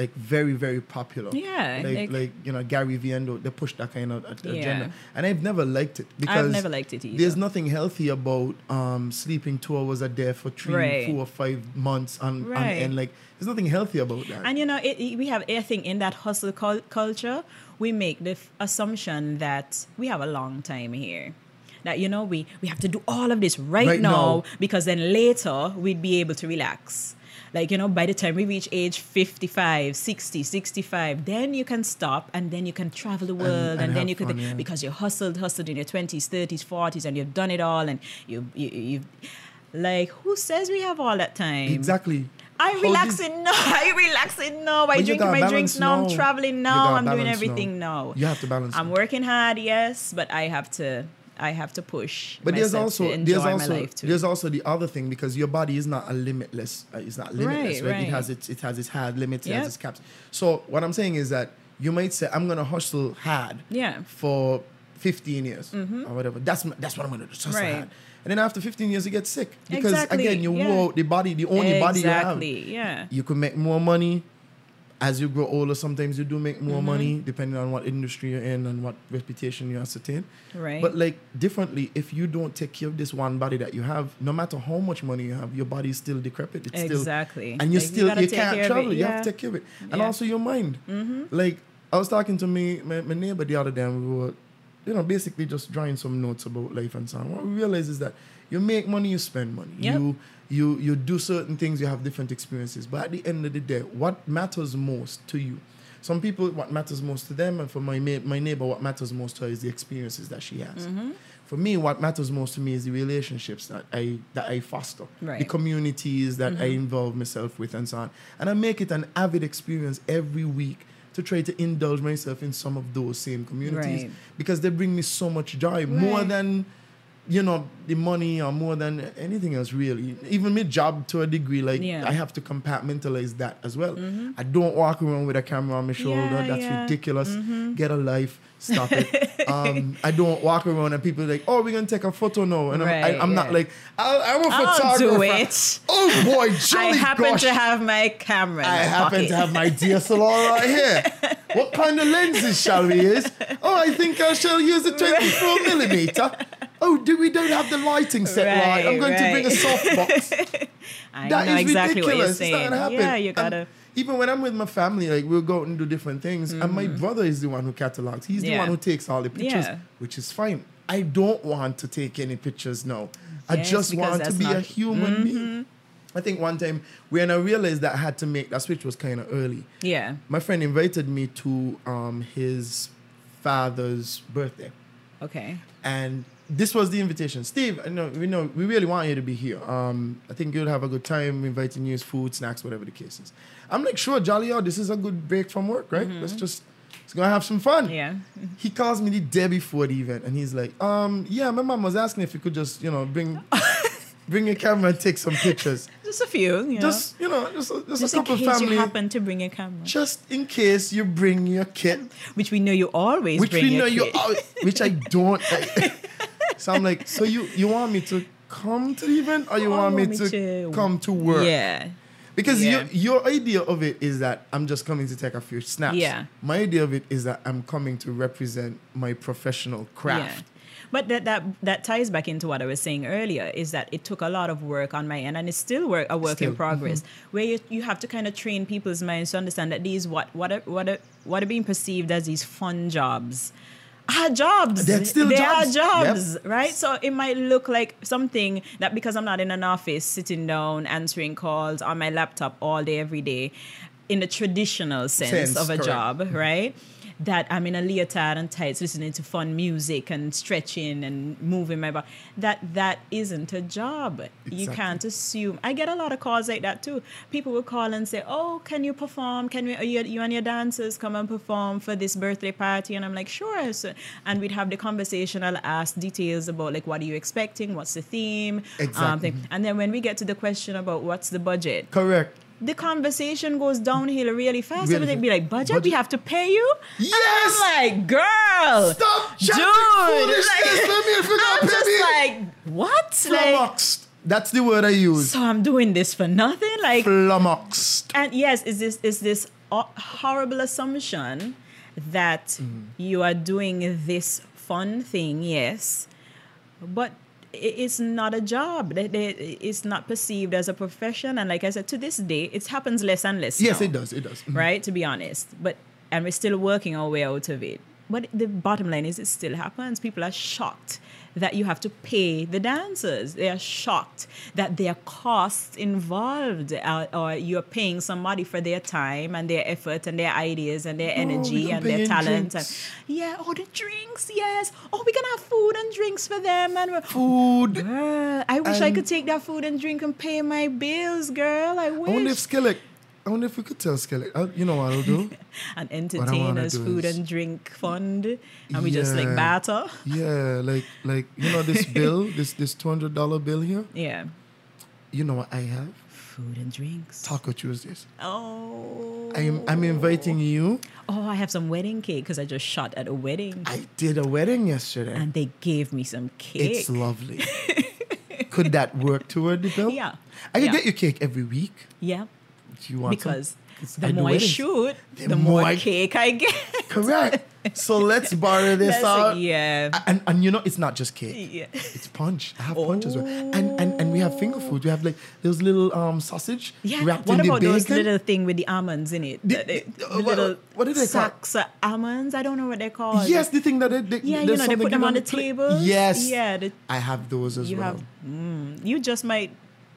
Speaker 1: like very very popular.
Speaker 2: Yeah,
Speaker 1: like like,
Speaker 2: like-
Speaker 1: you know Gary Vee and tho- they push that kind of a-
Speaker 2: Yeah.
Speaker 1: agenda, and I've never liked it because
Speaker 2: never liked it either.
Speaker 1: There's nothing healthy about um sleeping two hours a day for three,
Speaker 2: Right.
Speaker 1: four, five months on on
Speaker 2: Right.
Speaker 1: end. Like there's nothing healthy about that.
Speaker 2: And you know, it, it- we have I think in that hustle cul- culture, we make the f- assumption that we have a long time here. That you know, we we have to do all of this right,
Speaker 1: Right now.
Speaker 2: now, because then later we'd be able to relax. Like you know, by the time we reach age 55, 60, 65, then you can stop and then you can travel the world and,
Speaker 1: and have
Speaker 2: then you could
Speaker 1: fun, yeah.
Speaker 2: because you hustled, hustled in your 20s, 30s, 40s and you've done it all and you you you like who says we have all that time?
Speaker 1: exactly.
Speaker 2: I
Speaker 1: How
Speaker 2: relax
Speaker 1: did-
Speaker 2: in now. I relax in now. I
Speaker 1: you
Speaker 2: drink
Speaker 1: gotta
Speaker 2: my drinks
Speaker 1: balance
Speaker 2: now. I'm
Speaker 1: now. You
Speaker 2: traveling now.
Speaker 1: gotta
Speaker 2: I'm doing
Speaker 1: balance now.
Speaker 2: everything now.
Speaker 1: You have to balance
Speaker 2: I'm
Speaker 1: now.
Speaker 2: working hard, yes, but I have to. I have to push.
Speaker 1: But there's
Speaker 2: myself
Speaker 1: also
Speaker 2: to enjoy
Speaker 1: there's also
Speaker 2: my life too.
Speaker 1: there's also the other thing because your body is not a limitless. Uh, it's not limitless.
Speaker 2: Right,
Speaker 1: Right, It
Speaker 2: right.
Speaker 1: has its it has its hard limits. It
Speaker 2: Yep.
Speaker 1: has its caps. So what I'm saying is that you might say I'm gonna hustle hard.
Speaker 2: Yeah. Mm-hmm.
Speaker 1: For 15 years or whatever. That's m- that's what I'm gonna do. just Hustle
Speaker 2: Right.
Speaker 1: hard. And then after 15 years, you get sick because
Speaker 2: Exactly,
Speaker 1: again, you
Speaker 2: yeah.
Speaker 1: wore out the body, the only body you have.
Speaker 2: Exactly, yeah.
Speaker 1: You could make more money. As you grow older, sometimes you do make more
Speaker 2: Mm-hmm.
Speaker 1: money depending on what industry you're in and what reputation you ascertain.
Speaker 2: Right.
Speaker 1: But like differently, if you don't take care of this one body that you have, no matter how much money you have, your body is still decrepit. It's still
Speaker 2: Exactly.
Speaker 1: and you're
Speaker 2: Like, you
Speaker 1: still
Speaker 2: gotta
Speaker 1: you,
Speaker 2: take care
Speaker 1: can't
Speaker 2: of it,
Speaker 1: travel. You have
Speaker 2: yeah.
Speaker 1: to take care of it, and
Speaker 2: Yeah.
Speaker 1: also your mind. Mm-hmm. Like I was talking to me my, my neighbor the other day, and we were, you know, basically just drawing some notes about life and so on. What we realize is that you make money, you spend money.
Speaker 2: Yep.
Speaker 1: You you you do certain things, you have different experiences. But at the end of the day, what matters most to you? Some people, what matters most to them, and for my ma- my neighbor, what matters most to her is the experiences that she has.
Speaker 2: Mm-hmm.
Speaker 1: For me, what matters most to me is the relationships that I that I foster,
Speaker 2: Right. Mm-hmm.
Speaker 1: the communities that I involve myself with, and so on. And I make it an avid experience every week to try to indulge myself in some of those same communities
Speaker 2: Right.
Speaker 1: because they bring me so much joy more
Speaker 2: Right.
Speaker 1: than you know the money or more than anything else really even my job to a degree like
Speaker 2: Yeah. Mm-hmm.
Speaker 1: i have to compartmentalize that as well i don't walk around with a camera on my shoulder
Speaker 2: Yeah,
Speaker 1: that's
Speaker 2: yeah. Mm-hmm.
Speaker 1: ridiculous get a life stop it um, i don't walk around and people are like oh we're gonna take a photo now and I'm,
Speaker 2: Right,
Speaker 1: I, I'm not
Speaker 2: yeah.
Speaker 1: like I, i'm a
Speaker 2: I'll
Speaker 1: photographer
Speaker 2: do it.
Speaker 1: oh boy
Speaker 2: I
Speaker 1: jolly
Speaker 2: happen
Speaker 1: gosh.
Speaker 2: to have my camera. in
Speaker 1: I
Speaker 2: my
Speaker 1: happen
Speaker 2: pocket.
Speaker 1: to have my DSLR right here. What kind of lenses shall we use? Oh, I think I shall use a 24 millimeter. Oh, do we don't have the lighting set right? I'm
Speaker 2: Right,
Speaker 1: going to bring a
Speaker 2: right.
Speaker 1: softbox.
Speaker 2: I
Speaker 1: That is
Speaker 2: know exactly
Speaker 1: ridiculous. it's
Speaker 2: what you're
Speaker 1: not
Speaker 2: saying.
Speaker 1: gonna happen.
Speaker 2: Yeah, you
Speaker 1: And
Speaker 2: gotta.
Speaker 1: even when I'm with my family, like we'll go out and do different things, and my brother is the one who catalogs. He's the
Speaker 2: Mm-hmm. Yeah.
Speaker 1: one who takes all the pictures,
Speaker 2: Yeah.
Speaker 1: which is fine. I don't want to take any pictures now. I
Speaker 2: Yes,
Speaker 1: just
Speaker 2: because
Speaker 1: want to
Speaker 2: that's
Speaker 1: be a
Speaker 2: not- Mm-hmm.
Speaker 1: human being. I think one time when I realized that I had to make that switch was kind of early
Speaker 2: yeah.
Speaker 1: my friend invited me to um, his father's birthday,
Speaker 2: Okay.
Speaker 1: and this was the invitation. Steve, I know we know we really want you to be here. Um, I think you'll have a good time. We're inviting you is food, snacks, whatever the case is. I'm like, sure, jolly out. This is a good break from work, right? Let's just it's gonna have some fun.
Speaker 2: Mm-hmm. Yeah.
Speaker 1: He calls me the day before the event, and he's like, um, yeah, my mom was asking if you could just you know bring. Bring your camera and take some pictures.
Speaker 2: Just a few. You know.
Speaker 1: Just you know, just a, just,
Speaker 2: Just
Speaker 1: a
Speaker 2: in
Speaker 1: couple
Speaker 2: case
Speaker 1: family.
Speaker 2: you happen to bring a camera,
Speaker 1: just in case you bring your kit
Speaker 2: which we know you always
Speaker 1: which
Speaker 2: bring.
Speaker 1: we know
Speaker 2: your
Speaker 1: you
Speaker 2: kid.
Speaker 1: are, which I don't. I- so I'm like, so you you want me to come to the event or you want me to, come to work?
Speaker 2: Yeah.
Speaker 1: Because
Speaker 2: Yeah.
Speaker 1: your your idea of it is that I'm just coming to take a few snaps.
Speaker 2: Yeah.
Speaker 1: My idea of it is that I'm coming to represent my professional craft.
Speaker 2: Yeah. But that, that that ties back into what I was saying earlier is that it took a lot of work on my end and it's still work a work
Speaker 1: Still, mm-hmm.
Speaker 2: in progress where you, you have to kind of train people's minds to understand that these what what are, what are, what are being perceived as these fun jobs are jobs.
Speaker 1: They're still
Speaker 2: They
Speaker 1: jobs.
Speaker 2: are
Speaker 1: Yep.
Speaker 2: jobs, right? So it might look like something that because I'm not in an office sitting down answering calls on my laptop all day every day in the traditional sense,
Speaker 1: Sense,
Speaker 2: of a
Speaker 1: correct.
Speaker 2: job job, right? That I'm in a leotard and tights, listening to fun music and stretching and moving my body. That that isn't a job. You
Speaker 1: Exactly.
Speaker 2: can't assume. I get a lot of calls like that too. People will call and say, "Oh, can you perform? Can we, you, you and your dancers come and perform for this birthday party?" And I'm like, "Sure." So, and we'd have the conversation. I'll ask details about like, what are you expecting? What's the theme? Um,
Speaker 1: Exactly.
Speaker 2: thing. And then when we get to the question about what's the budget,
Speaker 1: Correct.
Speaker 2: the conversation goes downhill really fast.
Speaker 1: Really
Speaker 2: and they'd be like, budget, we
Speaker 1: Budget.
Speaker 2: have to pay you?
Speaker 1: Yes!
Speaker 2: And I'm like, girl!
Speaker 1: Stop
Speaker 2: dude!
Speaker 1: chatting foolishness! Let me- if you're gonna
Speaker 2: I'm
Speaker 1: pay
Speaker 2: just
Speaker 1: me-
Speaker 2: like, what? Like,
Speaker 1: Flummoxed. That's the word I use.
Speaker 2: so I'm doing this for nothing? Like,
Speaker 1: Flummoxed.
Speaker 2: and yes, is this is this o- horrible assumption that
Speaker 1: Mm-hmm.
Speaker 2: you are doing this fun thing, yes, but i- it's not a job. They- they- It's not perceived as a profession. And like I said, to this day, it happens less and less.
Speaker 1: Yes,
Speaker 2: now
Speaker 1: it does. It does. Mhm.
Speaker 2: right? To be honest. But and we're still working our way out of it. But the bottom line is, it still happens. People are shocked that you have to pay the dancers. They are shocked that there are costs involved, uh, or you are paying somebody for their time and their effort and their ideas and their energy
Speaker 1: Oh, can
Speaker 2: and
Speaker 1: pay
Speaker 2: their
Speaker 1: in
Speaker 2: talent. And,
Speaker 1: drinks.
Speaker 2: yeah, oh, the drinks, yes. Oh, we're gonna have food and drinks for them. And we're- oh,
Speaker 1: Food.
Speaker 2: Girl, I wish I
Speaker 1: And-
Speaker 2: could take that food and drink and pay my bills, girl. I wish.
Speaker 1: I wonder if Skillet. I wonder if we could tell Skillet. I, you know what I'll do?
Speaker 2: an
Speaker 1: wanna
Speaker 2: entertainer's
Speaker 1: do
Speaker 2: food
Speaker 1: is-
Speaker 2: and drink fund, and we just
Speaker 1: Yeah.
Speaker 2: like batter.
Speaker 1: yeah, like like you know this bill, this this two hundred dollar bill here.
Speaker 2: Yeah,
Speaker 1: You know what I have?
Speaker 2: food and drinks.
Speaker 1: Taco Tuesdays.
Speaker 2: Oh,
Speaker 1: I am I'm inviting you.
Speaker 2: oh, I have some wedding cake because I just shot at a wedding,
Speaker 1: I did a wedding yesterday.
Speaker 2: and they gave me some cake.
Speaker 1: It's lovely. Could that work toward the bill?
Speaker 2: Yeah.
Speaker 1: I could
Speaker 2: Yeah.
Speaker 1: get you cake every week.
Speaker 2: yeah,
Speaker 1: if you want some.
Speaker 2: because
Speaker 1: I
Speaker 2: the
Speaker 1: do
Speaker 2: more I
Speaker 1: weddings.
Speaker 2: shoot,
Speaker 1: The
Speaker 2: the, more,
Speaker 1: more I-
Speaker 2: cake I get.
Speaker 1: Correct. So let's borrow this
Speaker 2: That's
Speaker 1: out.
Speaker 2: like, yeah.
Speaker 1: A- And, and you know it's not just cake.
Speaker 2: Yeah.
Speaker 1: It's punch. I have punch as well. And, and and we have finger food. We have like those little um sausage
Speaker 2: Yeah.
Speaker 1: wrapped
Speaker 2: What
Speaker 1: in
Speaker 2: about
Speaker 1: the
Speaker 2: those
Speaker 1: bacon.
Speaker 2: little thing with the almonds in it?
Speaker 1: The-
Speaker 2: That they-
Speaker 1: the-
Speaker 2: The,
Speaker 1: uh, what-
Speaker 2: little
Speaker 1: what do they call-
Speaker 2: sacks of almonds. I don't know what they're called.
Speaker 1: yes, the thing that they, they
Speaker 2: Yeah,
Speaker 1: there's
Speaker 2: you know, they
Speaker 1: something
Speaker 2: put them
Speaker 1: given
Speaker 2: on the
Speaker 1: plate.
Speaker 2: tables.
Speaker 1: Yes.
Speaker 2: Yeah, the-
Speaker 1: I have those as
Speaker 2: you
Speaker 1: well.
Speaker 2: have mm, you just might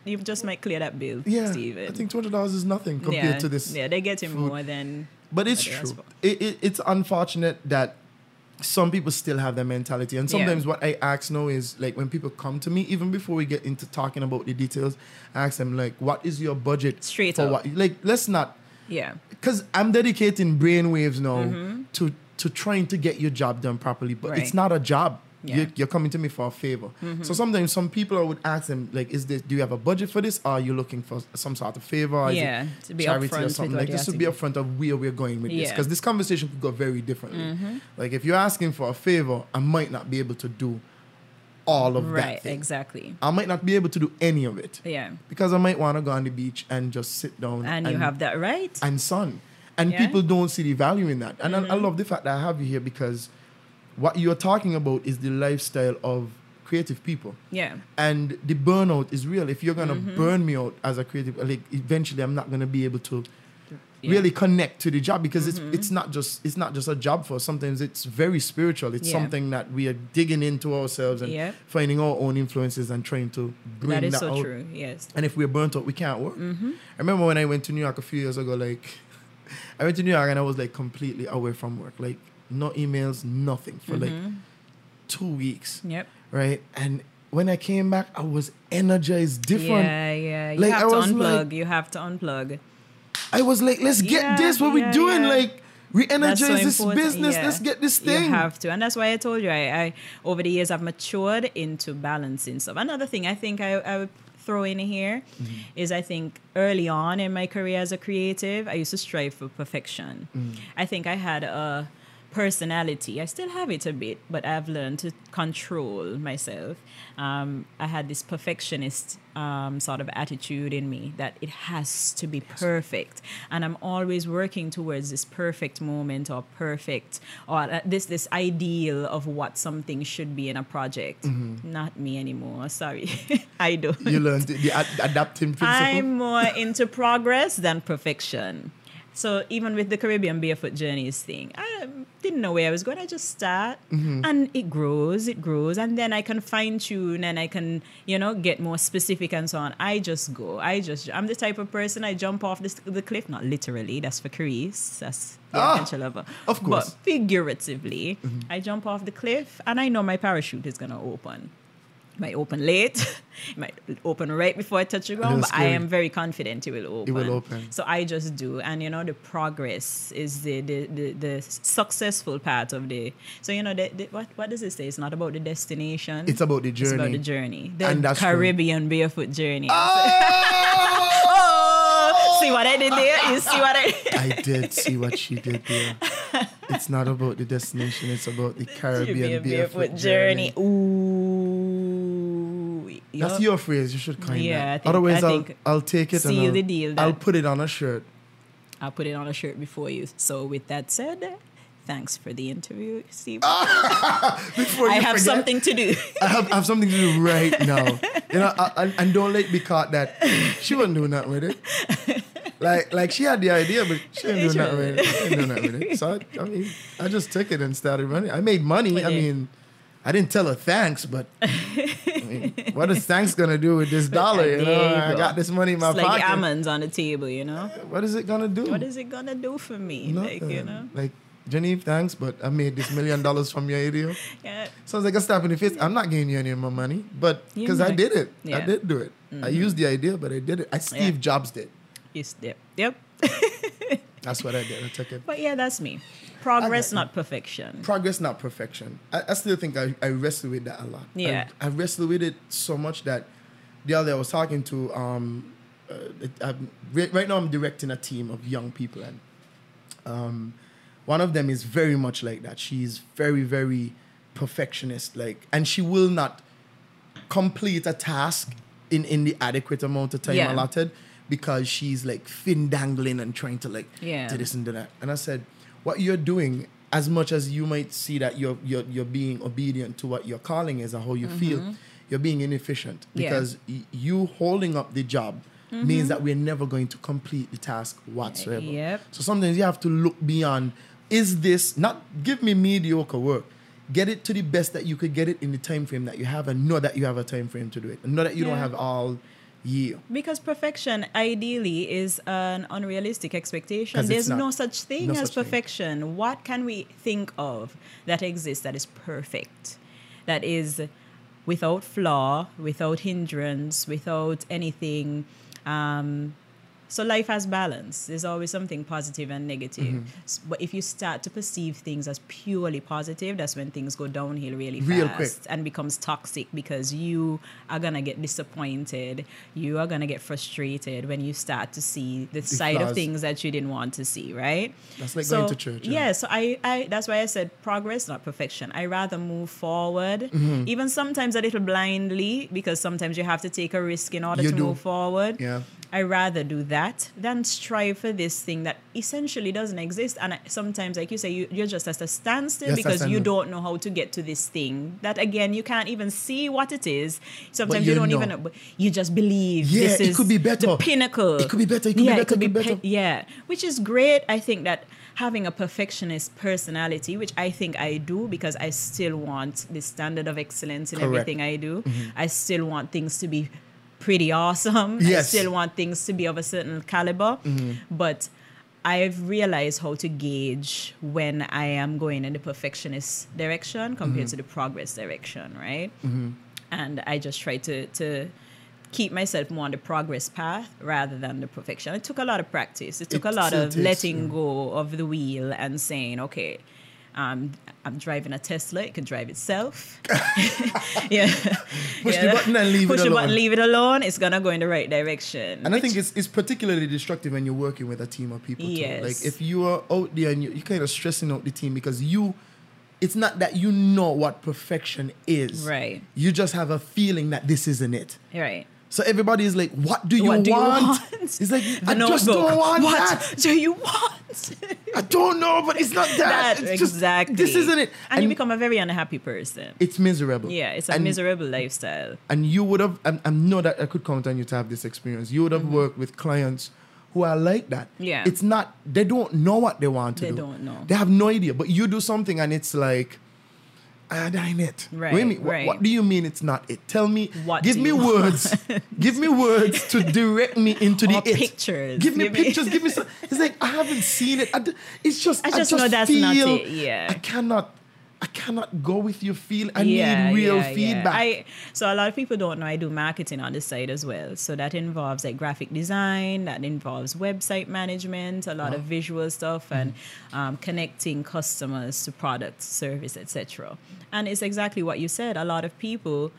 Speaker 2: you just might clear that bill
Speaker 1: yeah,
Speaker 2: steven
Speaker 1: I think two hundred dollars is nothing compared
Speaker 2: yeah,
Speaker 1: to this.
Speaker 2: yeah they're getting
Speaker 1: food.
Speaker 2: more than
Speaker 1: But it's
Speaker 2: But it has
Speaker 1: true.
Speaker 2: fun.
Speaker 1: It, it, it's unfortunate that some people still have that mentality. And
Speaker 2: Yeah.
Speaker 1: sometimes what I ask now is like when people come to me, even before we get into talking about the details, I ask them like, "What is your budget
Speaker 2: Straight
Speaker 1: for
Speaker 2: up.
Speaker 1: what?" Like, let's not
Speaker 2: yeah
Speaker 1: because I'm dedicating brainwaves now to to trying to get your job done properly, but it's
Speaker 2: Mm-hmm. Right.
Speaker 1: not a job.
Speaker 2: Yeah. Mm-hmm.
Speaker 1: You're, you're coming to me for a favor. So sometimes some people I would ask them like, "Is this? Do you have a budget for this? Are you looking for some sort of favor? Is it
Speaker 2: Yeah, to be upfront
Speaker 1: charity or
Speaker 2: with
Speaker 1: something
Speaker 2: what
Speaker 1: like
Speaker 2: you're
Speaker 1: this?" To be
Speaker 2: asking.
Speaker 1: upfront of where we're going with this,
Speaker 2: Yeah. Mm-hmm.
Speaker 1: because this conversation could go very differently. Like if you're asking for a favor, I might not be able to do all of
Speaker 2: right
Speaker 1: that. Thing.
Speaker 2: exactly
Speaker 1: I might not be able to do any of it.
Speaker 2: Yeah.
Speaker 1: Because I might want to go on the beach and just sit down
Speaker 2: and you have that right
Speaker 1: and son. And
Speaker 2: Yeah. Mm-hmm.
Speaker 1: people don't see the value in that. And I, I love the fact that I have you here because what you're talking about is the lifestyle of creative people.
Speaker 2: yeah
Speaker 1: And the burnout is real. If you're gonna
Speaker 2: Mm-hmm.
Speaker 1: burn me out as a creative, like eventually I'm not gonna be able to
Speaker 2: Yeah. Mm-hmm.
Speaker 1: really connect to the job because it's it's not just it's not just a job for us. Sometimes it's very spiritual. It's
Speaker 2: Yeah.
Speaker 1: something that we are digging into ourselves and
Speaker 2: Yep.
Speaker 1: finding our own influences and trying to bring
Speaker 2: that
Speaker 1: that,
Speaker 2: is so
Speaker 1: out.
Speaker 2: true yes
Speaker 1: And if we're burnt out, we can't work.
Speaker 2: Mm-hmm.
Speaker 1: I remember when I went to New York a few years ago, like, I went to New York and I was like completely away from work, like, no emails, nothing for like
Speaker 2: Mm-hmm.
Speaker 1: two weeks,
Speaker 2: yep
Speaker 1: right? And when I came back, I was energized different.
Speaker 2: yeah yeah you
Speaker 1: Like, I
Speaker 2: have to
Speaker 1: was
Speaker 2: unplug
Speaker 1: like-
Speaker 2: you have to unplug
Speaker 1: I was like, let's get
Speaker 2: Yeah,
Speaker 1: this, what we're
Speaker 2: yeah,
Speaker 1: doing,
Speaker 2: yeah.
Speaker 1: like, re
Speaker 2: That's
Speaker 1: energize
Speaker 2: so
Speaker 1: this
Speaker 2: important.
Speaker 1: business,
Speaker 2: Yeah.
Speaker 1: let's get this thing.
Speaker 2: You have to, and that's why I told you. I, I over the years I've matured into balancing stuff. Another thing I think I, I would throw in here
Speaker 1: Mm-hmm.
Speaker 2: is I think early on in my career as a creative, I used to strive for perfection.
Speaker 1: Mm.
Speaker 2: I think I had a personality. I still have it a bit, but I've learned to control myself. Um, I had this perfectionist um, sort of attitude in me that it has to be perfect, and I'm always working towards this perfect moment or perfect or uh, this this ideal of what something should be in a project. Not me anymore. Sorry, I don't.
Speaker 1: You learned the, the ad- adapting principle.
Speaker 2: I'm more into progress than perfection. So even with the Caribbean Barefoot Journeys thing, I didn't know where I was going. I just start,
Speaker 1: Mm-hmm.
Speaker 2: and it grows, it grows, and then I can fine tune and I can, you know, get more specific and so on. I just go. I just. I'm the type of person I jump off this, the cliff, not literally. That's for Carice. That's the
Speaker 1: Ah,
Speaker 2: adventure lover.
Speaker 1: of course. Mm-hmm.
Speaker 2: But figuratively, I jump off the cliff, and I know my parachute is gonna open might open late, it might open right before I touch the ground,
Speaker 1: little
Speaker 2: but I
Speaker 1: scary.
Speaker 2: am very confident it will open.
Speaker 1: will open.
Speaker 2: So I just do, and you know the progress is the the, the, the successful part of the. So you know the, the, what what does it say? It's not about the destination.
Speaker 1: It's about the
Speaker 2: It's about
Speaker 1: journey. Ah!
Speaker 2: the journey. The
Speaker 1: And that's true.
Speaker 2: Caribbean barefoot journey.
Speaker 1: Oh!
Speaker 2: See what I did there? You see what I?
Speaker 1: I did see what she did there. It's not about the destination, it's about the Caribbean barefoot journey.
Speaker 2: Ooh.
Speaker 1: That's
Speaker 2: Yup.
Speaker 1: your phrase. You should coin
Speaker 2: Yeah,
Speaker 1: that.
Speaker 2: I think-
Speaker 1: Otherwise,
Speaker 2: I
Speaker 1: will
Speaker 2: think
Speaker 1: I'll take it and
Speaker 2: seal
Speaker 1: I'll,
Speaker 2: the deal
Speaker 1: I'll
Speaker 2: that-
Speaker 1: put it on a shirt.
Speaker 2: I'll put it on a shirt before you. So with that said, thanks for the interview, Steve.
Speaker 1: Before
Speaker 2: I
Speaker 1: you
Speaker 2: have
Speaker 1: forget,
Speaker 2: something to do.
Speaker 1: I have, I have something to do right now. You know, I, I, and don't let me caught that she wasn't doing that with it. Like, like she had the idea, but she ain't doing
Speaker 2: She
Speaker 1: that with it. She ain't doing that with it. So I, I mean, I just took it and started running. I made money. I
Speaker 2: it.
Speaker 1: mean, I didn't tell her thanks, but I mean, what is thanks gonna do with this dollar? You know,
Speaker 2: There you
Speaker 1: I
Speaker 2: go.
Speaker 1: got this money in my
Speaker 2: it's like
Speaker 1: pocket.
Speaker 2: almonds on the table, you know?
Speaker 1: what is it gonna do?
Speaker 2: What is it gonna do for me? Like, you
Speaker 1: Nothing.
Speaker 2: know?
Speaker 1: Like, Jenny, thanks, but I made this million dollars from your idea.
Speaker 2: Yeah.
Speaker 1: Sounds like a slap in the face. I'm not giving you any of my money, but
Speaker 2: You
Speaker 1: because I
Speaker 2: might.
Speaker 1: did it, I
Speaker 2: Yeah. Mm-hmm.
Speaker 1: did do it. I used the idea, but I did it. I Steve Jobs did.
Speaker 2: Yes, yep. Yep.
Speaker 1: That's what I did. I took it.
Speaker 2: But yeah, that's me. Progress, not perfection.
Speaker 1: Progress, not perfection. I, I still think I, I wrestle with that a lot. I-
Speaker 2: Yeah.
Speaker 1: I, wrestle with it so much that the other day I was talking to um, uh, it- I'm, right right now I'm directing a team of young people and um, one of them is very much like that she's very very perfectionist like and she will not complete a task in in the adequate amount of time
Speaker 2: Yeah.
Speaker 1: allotted because she's like fin dangling and trying to like
Speaker 2: Yeah.
Speaker 1: do this and do that and i said what you're doing as much as you might see that you're you're, you're being obedient to what your calling is and how you feel you're being inefficient
Speaker 2: Mm-hmm. Yeah. Mm-hmm.
Speaker 1: because y- you holding up the job means that we're never going to complete the task whatsoever
Speaker 2: Yep.
Speaker 1: so sometimes you have to look beyond is this not give me mediocre work. Get it to the best that you could get it in the time frame that you have and know that you have a time frame to do it. And know that you don't
Speaker 2: Yeah.
Speaker 1: have all year.
Speaker 2: Because perfection ideally is an unrealistic
Speaker 1: 'Cause
Speaker 2: expectation.
Speaker 1: it's
Speaker 2: There's
Speaker 1: not.
Speaker 2: no such thing
Speaker 1: No
Speaker 2: as
Speaker 1: such thing.
Speaker 2: perfection. What can we think of that exists that is perfect? That is without flaw, without hindrance, without anything. Um, so life has balance. There's always something positive and negative.
Speaker 1: Mm-hmm.
Speaker 2: S- But if you start to perceive things as purely positive, that's when things go downhill really
Speaker 1: Real
Speaker 2: fast
Speaker 1: quick.
Speaker 2: and becomes toxic because you are gonna get disappointed. You are gonna get frustrated when you start to see the, side
Speaker 1: flaws.
Speaker 2: of things that you didn't want to see, right?
Speaker 1: That's like going to church, yeah.
Speaker 2: Yeah, so I, I that's why I said progress, not perfection. I rather move forward,
Speaker 1: Mm-hmm.
Speaker 2: even sometimes a little blindly, because sometimes you have to take a risk in order
Speaker 1: You
Speaker 2: to
Speaker 1: do.
Speaker 2: move forward.
Speaker 1: Yeah.
Speaker 2: I rather do that than strive for this thing that essentially doesn't exist. And I- sometimes, like you say, you, you're just at a standstill
Speaker 1: Yes, I
Speaker 2: because you
Speaker 1: stand-
Speaker 2: don't know how to get to this thing that, again, you can't even see what it is. Sometimes you,
Speaker 1: you
Speaker 2: don't
Speaker 1: know.
Speaker 2: even know. but You just believe
Speaker 1: Yeah,
Speaker 2: this
Speaker 1: it
Speaker 2: is
Speaker 1: could be better.
Speaker 2: the pinnacle.
Speaker 1: It could be better, it could be
Speaker 2: Yeah,
Speaker 1: better, it could be
Speaker 2: pe-
Speaker 1: better.
Speaker 2: yeah, which is great. I think that having a perfectionist personality, which I think I do because I still want the standard of excellence in
Speaker 1: Correct. Mm-hmm.
Speaker 2: everything I do. I still want things to be pretty awesome.
Speaker 1: Yes. Mm-hmm.
Speaker 2: I still want things to be of a certain caliber. But I've realized how to gauge when I am going in the perfectionist direction compared
Speaker 1: Mm-hmm.
Speaker 2: to the progress direction, right? and I just try to to keep myself more on the progress path rather than the perfection. It took a lot of practice. It took a
Speaker 1: It
Speaker 2: lot
Speaker 1: still
Speaker 2: of
Speaker 1: takes,
Speaker 2: letting
Speaker 1: yeah.
Speaker 2: go of the wheel and saying, okay. Um, I'm driving a Tesla. It can drive itself. yeah.
Speaker 1: Push the button and leave it
Speaker 2: Push the
Speaker 1: alone.
Speaker 2: button, leave it alone. It's gonna go in the right direction.
Speaker 1: And I think it's, it's particularly destructive when you're working with a team of people. Too.
Speaker 2: Yes.
Speaker 1: Like if you are out there and you, you're kind of stressing out the team because you, it's not that you know what perfection is.
Speaker 2: Right.
Speaker 1: You just have a feeling that this isn't it.
Speaker 2: right.
Speaker 1: So everybody is like, what do you,
Speaker 2: what
Speaker 1: want?
Speaker 2: do you want?
Speaker 1: It's like,
Speaker 2: The
Speaker 1: I just don't
Speaker 2: notebook.
Speaker 1: want
Speaker 2: what
Speaker 1: that.
Speaker 2: do you want?
Speaker 1: I don't know, but it's not that.
Speaker 2: that
Speaker 1: It's just-
Speaker 2: exactly.
Speaker 1: this isn't it.
Speaker 2: And, you become a very unhappy person.
Speaker 1: It's miserable.
Speaker 2: yeah, it's a
Speaker 1: and,
Speaker 2: miserable lifestyle.
Speaker 1: And you would have, I know that I could count on you to have this experience. You would have worked with clients who are like that.
Speaker 2: Mm-hmm. Yeah.
Speaker 1: It's not, they don't know what they want to
Speaker 2: They
Speaker 1: do.
Speaker 2: don't know.
Speaker 1: They have no idea. But you do something and it's like, ah, that ain't it.
Speaker 2: Right,
Speaker 1: Wait a minute, wha-
Speaker 2: right.
Speaker 1: What, do you mean it's not it? Tell me,
Speaker 2: What
Speaker 1: give
Speaker 2: do
Speaker 1: me
Speaker 2: you
Speaker 1: words. give me words to direct me into the
Speaker 2: Or
Speaker 1: it.
Speaker 2: pictures.
Speaker 1: Give me
Speaker 2: Give me-
Speaker 1: pictures. give me some. It's like, I haven't seen it. I d- it's just,
Speaker 2: I just know that's
Speaker 1: feel,
Speaker 2: not it, yeah.
Speaker 1: I cannot. I cannot go with your feel. I
Speaker 2: yeah,
Speaker 1: need real
Speaker 2: yeah, yeah.
Speaker 1: feedback.
Speaker 2: I, so a lot of people don't know I do marketing on the side as well. So that involves like graphic design, that involves website management, a lot of visual stuff,
Speaker 1: Mm-hmm.
Speaker 2: and um, connecting customers to products, service, etc. And it's exactly what you said. A lot of people.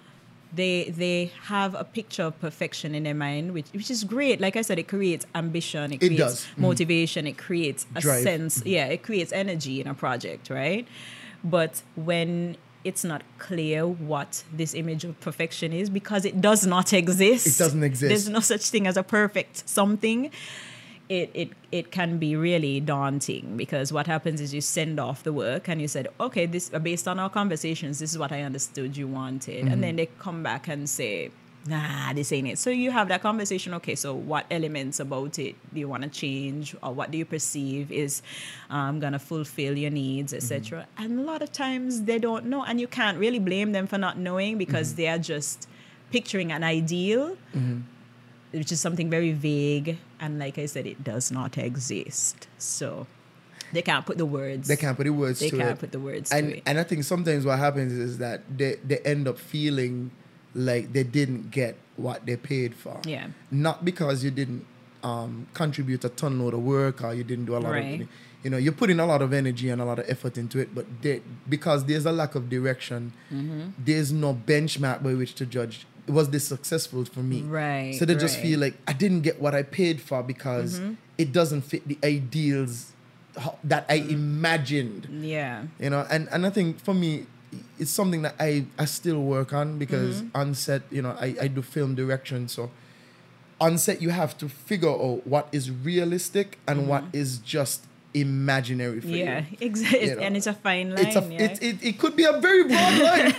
Speaker 2: They they have a picture of perfection in their mind, which which is great. Like I said, it creates ambition, it, creates
Speaker 1: does. Mhm.
Speaker 2: Mm-hmm. motivation, it creates a
Speaker 1: Drive.
Speaker 2: sense. Yeah, it creates energy in a project, right? But when it's not clear what this image of perfection is because it does not exist.
Speaker 1: It doesn't exist.
Speaker 2: There's no such thing as a perfect something. it, it it can be really daunting because what happens is you send off the work and you said okay this based on our conversations this is what i understood you wanted and then they come back and say nah this ain't it so you have that conversation okay so what elements about it do you want to change or what do you perceive is um, gonna fulfill your needs etc and a lot of times they don't know and you can't really blame them for not knowing because they are just picturing an ideal which is something very vague and like i said it does not exist so they can't put the words
Speaker 1: They can't put the words
Speaker 2: They
Speaker 1: to
Speaker 2: can't
Speaker 1: it.
Speaker 2: put the words to
Speaker 1: and,
Speaker 2: it.
Speaker 1: And I think sometimes what happens is that they, they end up feeling like they didn't get what they paid for.
Speaker 2: Yeah.
Speaker 1: Not because you didn't um, contribute a ton load of work or you didn't do a lot
Speaker 2: Right.
Speaker 1: of, you know, you're putting a lot of energy and a lot of effort into it, but they, because there's a lack of direction,
Speaker 2: Mm-hmm.
Speaker 1: there's no benchmark by which to judge. Was this successful for me?
Speaker 2: Right,
Speaker 1: So they just
Speaker 2: right. Mm-hmm.
Speaker 1: feel like I didn't get what I paid for because it doesn't fit the ideals ho- that
Speaker 2: Mm-hmm.
Speaker 1: I imagined
Speaker 2: yeah
Speaker 1: you know and, and i think for me it's something that i, I still work on because
Speaker 2: Mm-hmm.
Speaker 1: on set you know I, I do film direction so on set you have to figure out what is realistic and what is just imaginary for
Speaker 2: Mm-hmm. yeah
Speaker 1: you
Speaker 2: exactly
Speaker 1: know,
Speaker 2: and it's a fine line
Speaker 1: it's a,
Speaker 2: yeah.
Speaker 1: it, it, it could be a very broad line.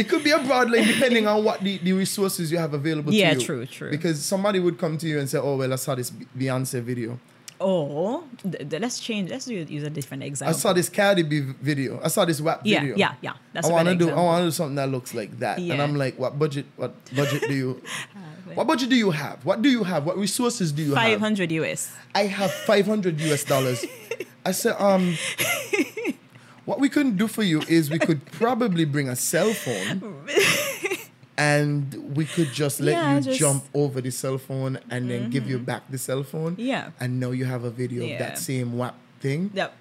Speaker 1: it could be a broad line depending on what the, the resources you have available
Speaker 2: Yeah,
Speaker 1: to you.
Speaker 2: true, true.
Speaker 1: Because somebody would come to you and say, oh, well, I saw this Beyonce video.
Speaker 2: or th- th- let's change let's u- use a different
Speaker 1: I
Speaker 2: example
Speaker 1: saw this Cardi B video. I saw this WAP
Speaker 2: Oh. yeah
Speaker 1: video.
Speaker 2: yeah yeah that's
Speaker 1: I
Speaker 2: a
Speaker 1: want to
Speaker 2: better
Speaker 1: do. I
Speaker 2: example.
Speaker 1: want to do something that looks like that. And
Speaker 2: Yeah.
Speaker 1: I'm like, what budget? What budget do you? what budget do you have? What do you have? What resources do you have?
Speaker 2: 500 us
Speaker 1: I have 500 US dollars. I said, um, what we could do for you is we could probably bring a cell phone. And we could just let
Speaker 2: Yeah,
Speaker 1: you
Speaker 2: just- Mm-hmm.
Speaker 1: jump over the cell phone and then give you back the cell phone.
Speaker 2: Yeah.
Speaker 1: And now you have a video of
Speaker 2: Yeah.
Speaker 1: that same WAP thing
Speaker 2: yep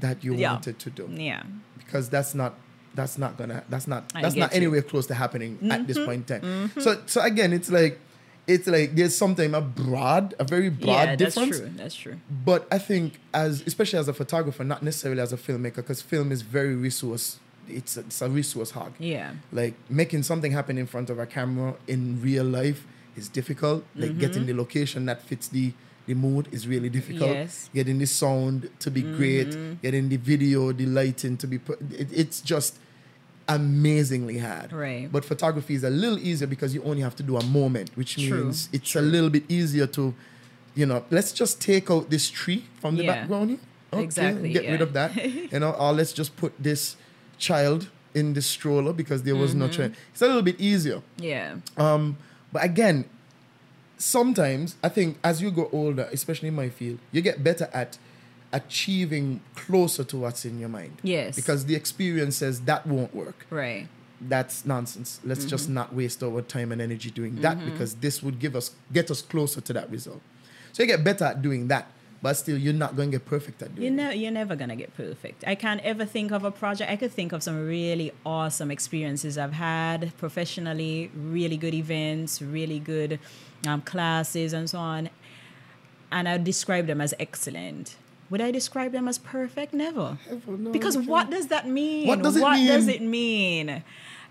Speaker 1: that you
Speaker 2: Yeah.
Speaker 1: wanted to do
Speaker 2: yeah
Speaker 1: because that's not that's not gonna that's not
Speaker 2: I
Speaker 1: that's
Speaker 2: get
Speaker 1: not
Speaker 2: you. Mm-hmm.
Speaker 1: anywhere close to happening at this point in time. So so again, it's like it's like there's sometimes a broad, a very broad
Speaker 2: yeah that's
Speaker 1: difference.
Speaker 2: true that's true
Speaker 1: But I think as especially as a photographer, not necessarily as a filmmaker, because film is very resource. It's a, it's a resource hog.
Speaker 2: Yeah.
Speaker 1: Like making something happen in front of a camera in real life is difficult. Like
Speaker 2: Mm-hmm.
Speaker 1: getting the location that fits the the mood is really difficult.
Speaker 2: Yes. Mm-hmm.
Speaker 1: Getting the sound to be great, getting the video, the lighting to be put. It, it's just amazingly hard.
Speaker 2: Right.
Speaker 1: But photography is a little easier because you only have to do a moment, which
Speaker 2: True,
Speaker 1: means it's a little bit easier to, you know, let's just take out this tree from the
Speaker 2: Yeah.
Speaker 1: background. here. Okay,
Speaker 2: Exactly,
Speaker 1: Get rid
Speaker 2: yeah.
Speaker 1: of that. You know, or let's just put this child in this stroller because there was
Speaker 2: Mm-hmm.
Speaker 1: no child. It's a little bit easier.
Speaker 2: yeah
Speaker 1: But again, sometimes I think as you go older, especially in my field, you get better at achieving closer to what's in your mind.
Speaker 2: Yes.
Speaker 1: Because the experience says that won't work
Speaker 2: right
Speaker 1: that's nonsense. Let's
Speaker 2: Mm-hmm.
Speaker 1: just not waste our time and energy doing that because this would give us get us closer to that result. So you get better at doing that, but still you're not going to get perfect at doing
Speaker 2: You
Speaker 1: it.
Speaker 2: know, you're never gonna get perfect. I can't ever think of a project. I could think of some really awesome experiences I've had professionally, really good events, really good um, classes, and so on. And I describe them as excellent. Would I describe them as perfect? Never. because what does that mean?
Speaker 1: What does it
Speaker 2: does
Speaker 1: mean?
Speaker 2: it mean?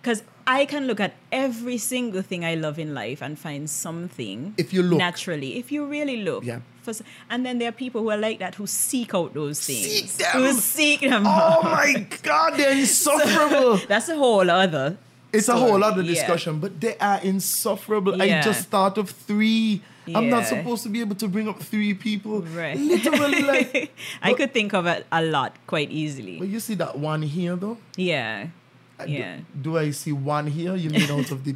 Speaker 2: Because I can look at every single thing I love in life and find something
Speaker 1: If you look.
Speaker 2: naturally. If you really look,
Speaker 1: Yeah.
Speaker 2: for s- and then there are people who are like that who seek out those things.
Speaker 1: Seek them.
Speaker 2: Who seek them.
Speaker 1: Oh my God, they're insufferable.
Speaker 2: That's a whole other.
Speaker 1: it's a whole
Speaker 2: Sorry,
Speaker 1: other
Speaker 2: yeah.
Speaker 1: discussion, but they are insufferable. I
Speaker 2: Yeah.
Speaker 1: just thought of three. I'm not
Speaker 2: Yeah.
Speaker 1: supposed to be able to bring up three people.
Speaker 2: Right.
Speaker 1: Literally, like.
Speaker 2: I
Speaker 1: but-
Speaker 2: could think of a, a lot quite
Speaker 1: But
Speaker 2: easily.
Speaker 1: you see that one here, though?
Speaker 2: Yeah.
Speaker 1: I-
Speaker 2: Yeah.
Speaker 1: Do, do I see one here? You mean out of the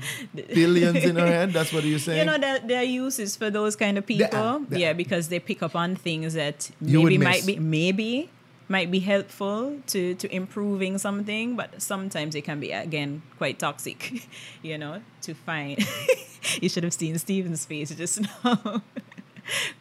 Speaker 1: billions in her head? That's what you're saying?
Speaker 2: You know, there, there are uses for those kind of
Speaker 1: There
Speaker 2: people.
Speaker 1: are, there
Speaker 2: yeah,
Speaker 1: are.
Speaker 2: because they pick up on things that
Speaker 1: You would
Speaker 2: maybe might
Speaker 1: miss.
Speaker 2: be maybe might be helpful to to improving something, but sometimes it can be again quite toxic. You know, to find you should have seen Steven's face just now.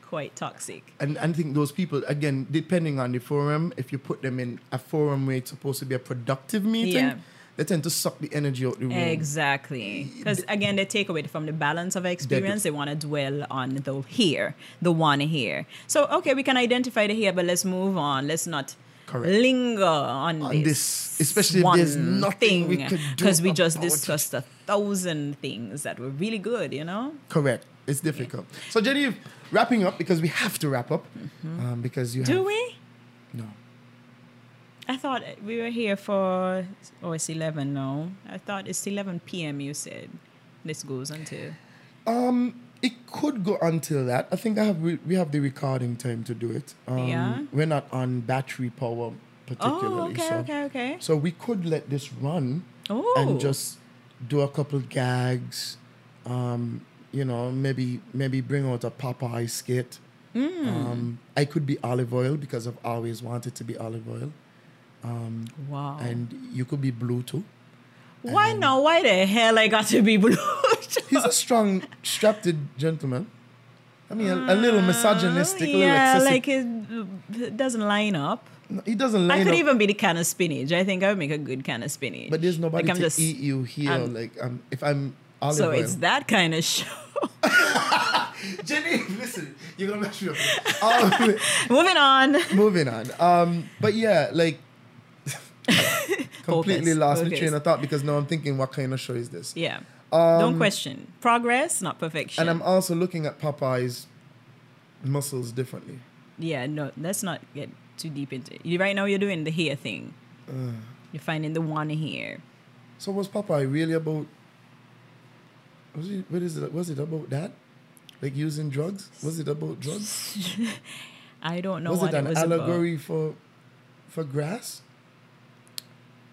Speaker 2: quite toxic.
Speaker 1: and and I think those people again, depending on the forum, if you put them in a forum where it's supposed to be a productive meeting,
Speaker 2: Yeah.
Speaker 1: they tend to suck the energy out of the room.
Speaker 2: Exactly. Because again, they take away from the balance of our experience. They want to dwell on the here, the one here. So, okay, we can identify the here, but let's move on. Let's not
Speaker 1: Correct.
Speaker 2: linger on,
Speaker 1: On this, especially if there's nothing we could do
Speaker 2: Because we just
Speaker 1: about it.
Speaker 2: discussed a thousand things that were really good, you know?
Speaker 1: Correct. It's difficult. So, Jenny, wrapping up because we have to wrap up um, because you
Speaker 2: Mm-hmm. Do
Speaker 1: have,
Speaker 2: we?
Speaker 1: no.
Speaker 2: I thought we were here for oh it's eleven no. I thought it's eleven PM you said. This goes until
Speaker 1: It could go until that. I think I have we, we have the recording time to do it. Um,
Speaker 2: Yeah.
Speaker 1: We're not on battery power particularly.
Speaker 2: Oh, okay,
Speaker 1: so,
Speaker 2: okay, okay.
Speaker 1: So we could let this run
Speaker 2: Oh.
Speaker 1: and just do a couple gags. Um, you know, maybe maybe bring out a Popeye skit.
Speaker 2: Hmm.
Speaker 1: Um, I could be olive oil because I've always wanted to be olive oil,
Speaker 2: Wow.
Speaker 1: and you could be blue too.
Speaker 2: Why
Speaker 1: Uh-huh.
Speaker 2: no? Why the hell I got to be blue?
Speaker 1: He's a strong, strapped gentleman. I mean, a, a little misogynistic, a little
Speaker 2: Oh, yeah,
Speaker 1: excessive.
Speaker 2: like it, it doesn't line up.
Speaker 1: he doesn't.
Speaker 2: I
Speaker 1: line
Speaker 2: could
Speaker 1: up.
Speaker 2: even be the can of spinach. I think I would make a good can of spinach.
Speaker 1: But there's nobody
Speaker 2: Like, I'm
Speaker 1: to
Speaker 2: just-
Speaker 1: eat you here.
Speaker 2: I'm-
Speaker 1: like, um, if I'm olive
Speaker 2: So
Speaker 1: oil.
Speaker 2: it's that kind of show.
Speaker 1: Jenny, listen, you're gonna mess me up. Um,
Speaker 2: Moving on.
Speaker 1: moving on. Um, but yeah, like, completely
Speaker 2: Focus,
Speaker 1: lost my
Speaker 2: focus.
Speaker 1: train of thought because now I'm thinking, what kind of show is this?
Speaker 2: Yeah. Don't question. Progress, not perfection.
Speaker 1: Um, And I'm also looking at Popeye's muscles differently.
Speaker 2: yeah, no, let's not get too deep into it. You, right now, you're doing the hair thing.
Speaker 1: Uh.
Speaker 2: You're finding the one hair.
Speaker 1: So was Popeye really about? Was it? What is it? Was it about that? Like using drugs? Was it about drugs?
Speaker 2: I don't know
Speaker 1: was
Speaker 2: what
Speaker 1: it an
Speaker 2: it was about.
Speaker 1: allegory for, for grass?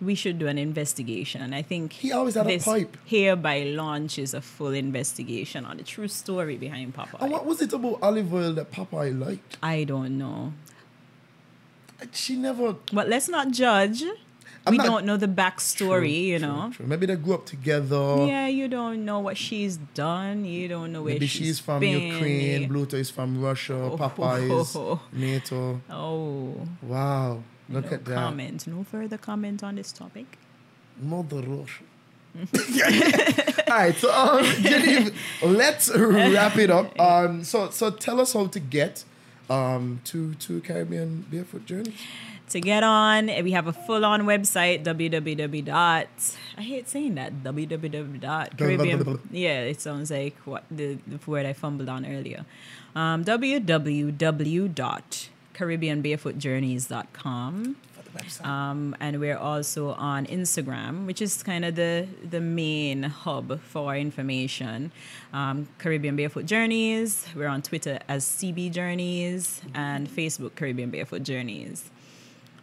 Speaker 2: We should do an investigation. I think
Speaker 1: He always had a
Speaker 2: this
Speaker 1: pipe.
Speaker 2: Hair by launch is a full investigation on the true story behind Popeye.
Speaker 1: And what was it about olive oil that Popeye liked?
Speaker 2: I don't know.
Speaker 1: She never.
Speaker 2: But let's not judge. we
Speaker 1: not-
Speaker 2: don't know the backstory, you
Speaker 1: True,
Speaker 2: know.
Speaker 1: true. Maybe they grew up together.
Speaker 2: Yeah, you don't know what she's done. You don't know where
Speaker 1: Maybe she's, from
Speaker 2: been.
Speaker 1: Ukraine. Bluto is from Russia. Popeye is NATO.
Speaker 2: Oh,
Speaker 1: Wow. Look
Speaker 2: no
Speaker 1: at that.
Speaker 2: comment. No further comment on this topic.
Speaker 1: Mother Russia. All right, so um, Genevieve, let's wrap it up. Um, so so tell us how to get um to to Caribbean Barefoot Journey.
Speaker 2: To get on, we have a full-on website www. dot I hate saying that www. dot Caribbean. Yeah, it sounds like what the, the word I fumbled on earlier. Um, www. dot CaribbeanBarefootJourneys.com. Um, and we're also on Instagram, which is kind of the the main hub for our information. Um, Caribbean Barefoot Journeys. We're on Twitter as CB Journeys and Facebook Caribbean Barefoot Journeys.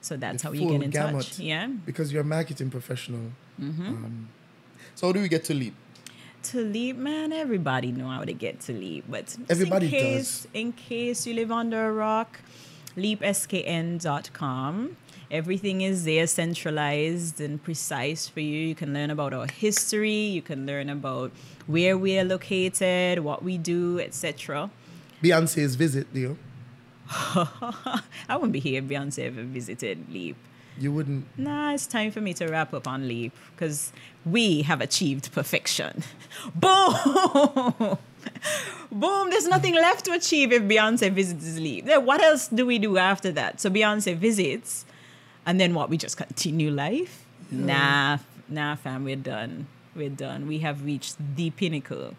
Speaker 2: So that's how you
Speaker 1: full
Speaker 2: get in
Speaker 1: gamut.
Speaker 2: touch. Yeah. Mm-hmm.
Speaker 1: Because you're a marketing professional. Um, so how do we get to leap?
Speaker 2: Talib, man, everybody know how to get Talib, but just
Speaker 1: Everybody
Speaker 2: in case,
Speaker 1: does.
Speaker 2: In case you live under a rock, leapskn.com. Everything is there, centralized and precise for you. You can learn about our history. You can learn about where we are located, what we do, etc.
Speaker 1: Beyonce's visit, deal.
Speaker 2: I wouldn't be here if Beyonce ever visited Leap.
Speaker 1: You wouldn't.
Speaker 2: Nah, it's time for me to wrap up on Leap because we have achieved perfection. Boom! Boom! There's nothing left to achieve if Beyonce visits Leap. Then what else do we do after that? So Beyonce visits, and then what? We just continue life? Nah, f- nah, fam, we're done. We're done. We have reached the pinnacle.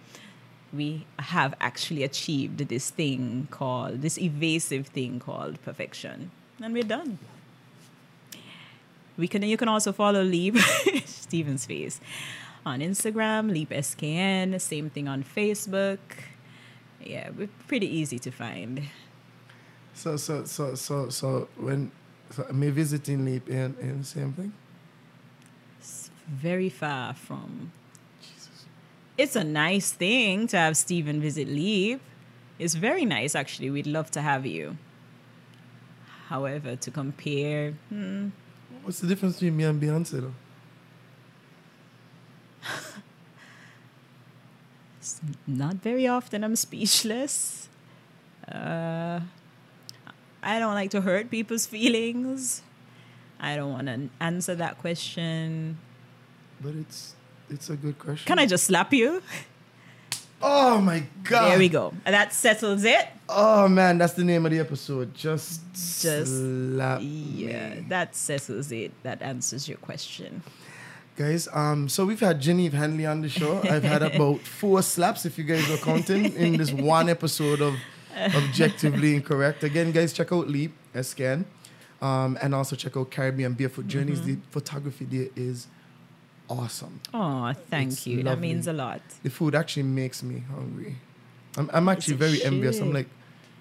Speaker 2: We have actually achieved this thing called, this evasive thing called perfection. And we're done. We can you can also follow Leap Steven's face on Instagram, Leap SKN, same thing on Facebook. Yeah, we're pretty easy to find.
Speaker 1: So so so so so when so me visiting leap and and same thing.
Speaker 2: Very far from It's a nice thing to have Steven visit Leap. It's very nice actually. We'd love to have you. However, to compare,
Speaker 1: What's the difference between me and Beyonce though?
Speaker 2: not very often I'm speechless. Uh, I don't like to hurt people's feelings. I don't want to answer that question.
Speaker 1: But it's it's a good question.
Speaker 2: Can I just slap you?
Speaker 1: Oh my god.
Speaker 2: There we go. That settles it.
Speaker 1: Oh man, that's the name of the episode. Just,
Speaker 2: Just-
Speaker 1: slap
Speaker 2: Yeah,
Speaker 1: me.
Speaker 2: that settles it. That answers your question.
Speaker 1: guys. Um, so we've had Genevieve Hanley on the show. I've had about four slaps, if you guys are counting, in this one episode of Objectively Incorrect. Again, guys, check out Leap, SCAN, um, and also check out Caribbean Barefoot Journeys.
Speaker 2: Mm-hmm.
Speaker 1: The photography there is awesome.
Speaker 2: Oh, thank
Speaker 1: It's
Speaker 2: you. That
Speaker 1: lovely.
Speaker 2: means a lot.
Speaker 1: The food actually makes me hungry. I'm, I'm actually
Speaker 2: a
Speaker 1: very envious. I'm
Speaker 2: shame.
Speaker 1: like,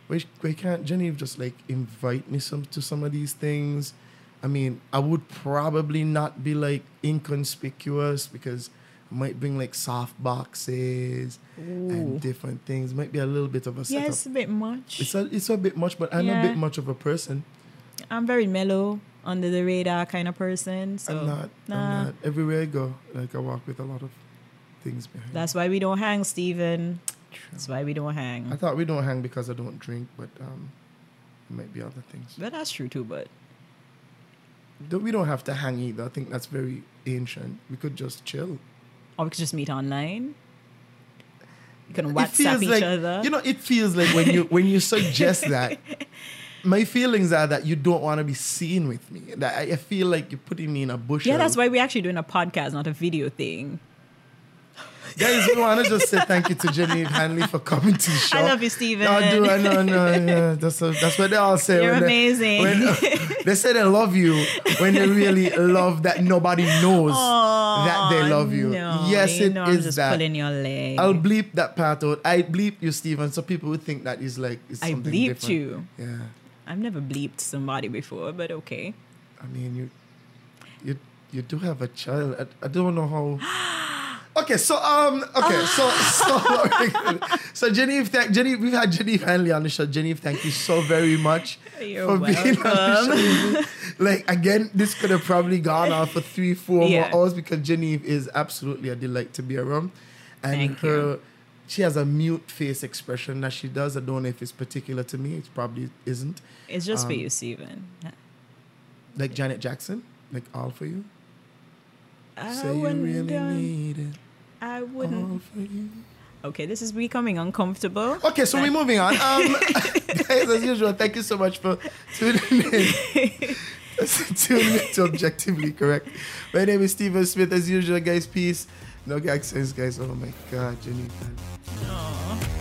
Speaker 1: why, why can't Genevieve just like invite me some to some of these things? I mean, I would probably not be like inconspicuous because I might bring like soft boxes and different things. Might be a little bit of a setup.
Speaker 2: Yes, a bit much.
Speaker 1: It's a, it's a bit much, but I'm a
Speaker 2: Yeah.
Speaker 1: bit much of a person.
Speaker 2: I'm very mellow, under the radar kind of person. So
Speaker 1: I'm not.
Speaker 2: Oh. nah,
Speaker 1: I'm not. Everywhere I go, like I walk with a lot of things behind.
Speaker 2: that's why we don't hang, Steven. That's why we don't hang.
Speaker 1: I thought we don't hang because I don't drink, but um, it might be other things.
Speaker 2: But that's true too. But
Speaker 1: Don't- We don't have to hang either. I think that's very ancient. We could just chill.
Speaker 2: or we could just meet online. You can
Speaker 1: It
Speaker 2: WhatsApp
Speaker 1: feels
Speaker 2: each
Speaker 1: like
Speaker 2: other.
Speaker 1: you know. It feels like when you when you suggest that, my feelings are that you don't want to be seen with me. That I, I feel like you're putting me in a bush.
Speaker 2: yeah, that's why we're actually doing a podcast, not a video thing.
Speaker 1: Guys, we want to just say thank you to Genevieve Hanley for coming to the show.
Speaker 2: I love you, Steven.
Speaker 1: I do. I know. I know. Yeah, that's what, that's what they all say.
Speaker 2: You're
Speaker 1: when they-
Speaker 2: amazing.
Speaker 1: when, uh, they say they love you when they really love that nobody knows that they love you.
Speaker 2: No,
Speaker 1: yes,
Speaker 2: you
Speaker 1: it is
Speaker 2: know I'm just
Speaker 1: that.
Speaker 2: pulling your leg.
Speaker 1: I'll bleep that part out. I bleep you, Steven, so people would think that is like it's
Speaker 2: I
Speaker 1: something
Speaker 2: bleeped
Speaker 1: different.
Speaker 2: you.
Speaker 1: Yeah,
Speaker 2: I've never bleeped somebody before, but okay.
Speaker 1: I mean you, you, you do have a child. I, I don't know how. Okay, so um, okay, so so so Genevieve, thank Genevieve, we've had Genevieve Hanley on the show. Genevieve, thank you so very much
Speaker 2: You're
Speaker 1: the show. Like again, this could have probably gone on for three, four
Speaker 2: Yeah.
Speaker 1: more hours because Genevieve is absolutely a delight to be around, and
Speaker 2: Thank
Speaker 1: her she has a mute face expression that she does. I don't know if it's particular to me. It probably isn't.
Speaker 2: It's just
Speaker 1: Um,
Speaker 2: for you, Steven.
Speaker 1: Like Janet Jackson, like all for you.
Speaker 2: I
Speaker 1: Say you
Speaker 2: wouldn't
Speaker 1: really
Speaker 2: done-
Speaker 1: need it.
Speaker 2: I
Speaker 1: All
Speaker 2: wouldn't.
Speaker 1: for you.
Speaker 2: Okay, this is becoming uncomfortable.
Speaker 1: Okay, so we're moving on. Um, guys, as usual, thank you so much for tuning in. tuning in to Objectively Correct. My name is Steven Smith. As usual, guys, peace. No accents, guys. Oh my God, Jenny.
Speaker 2: Aw.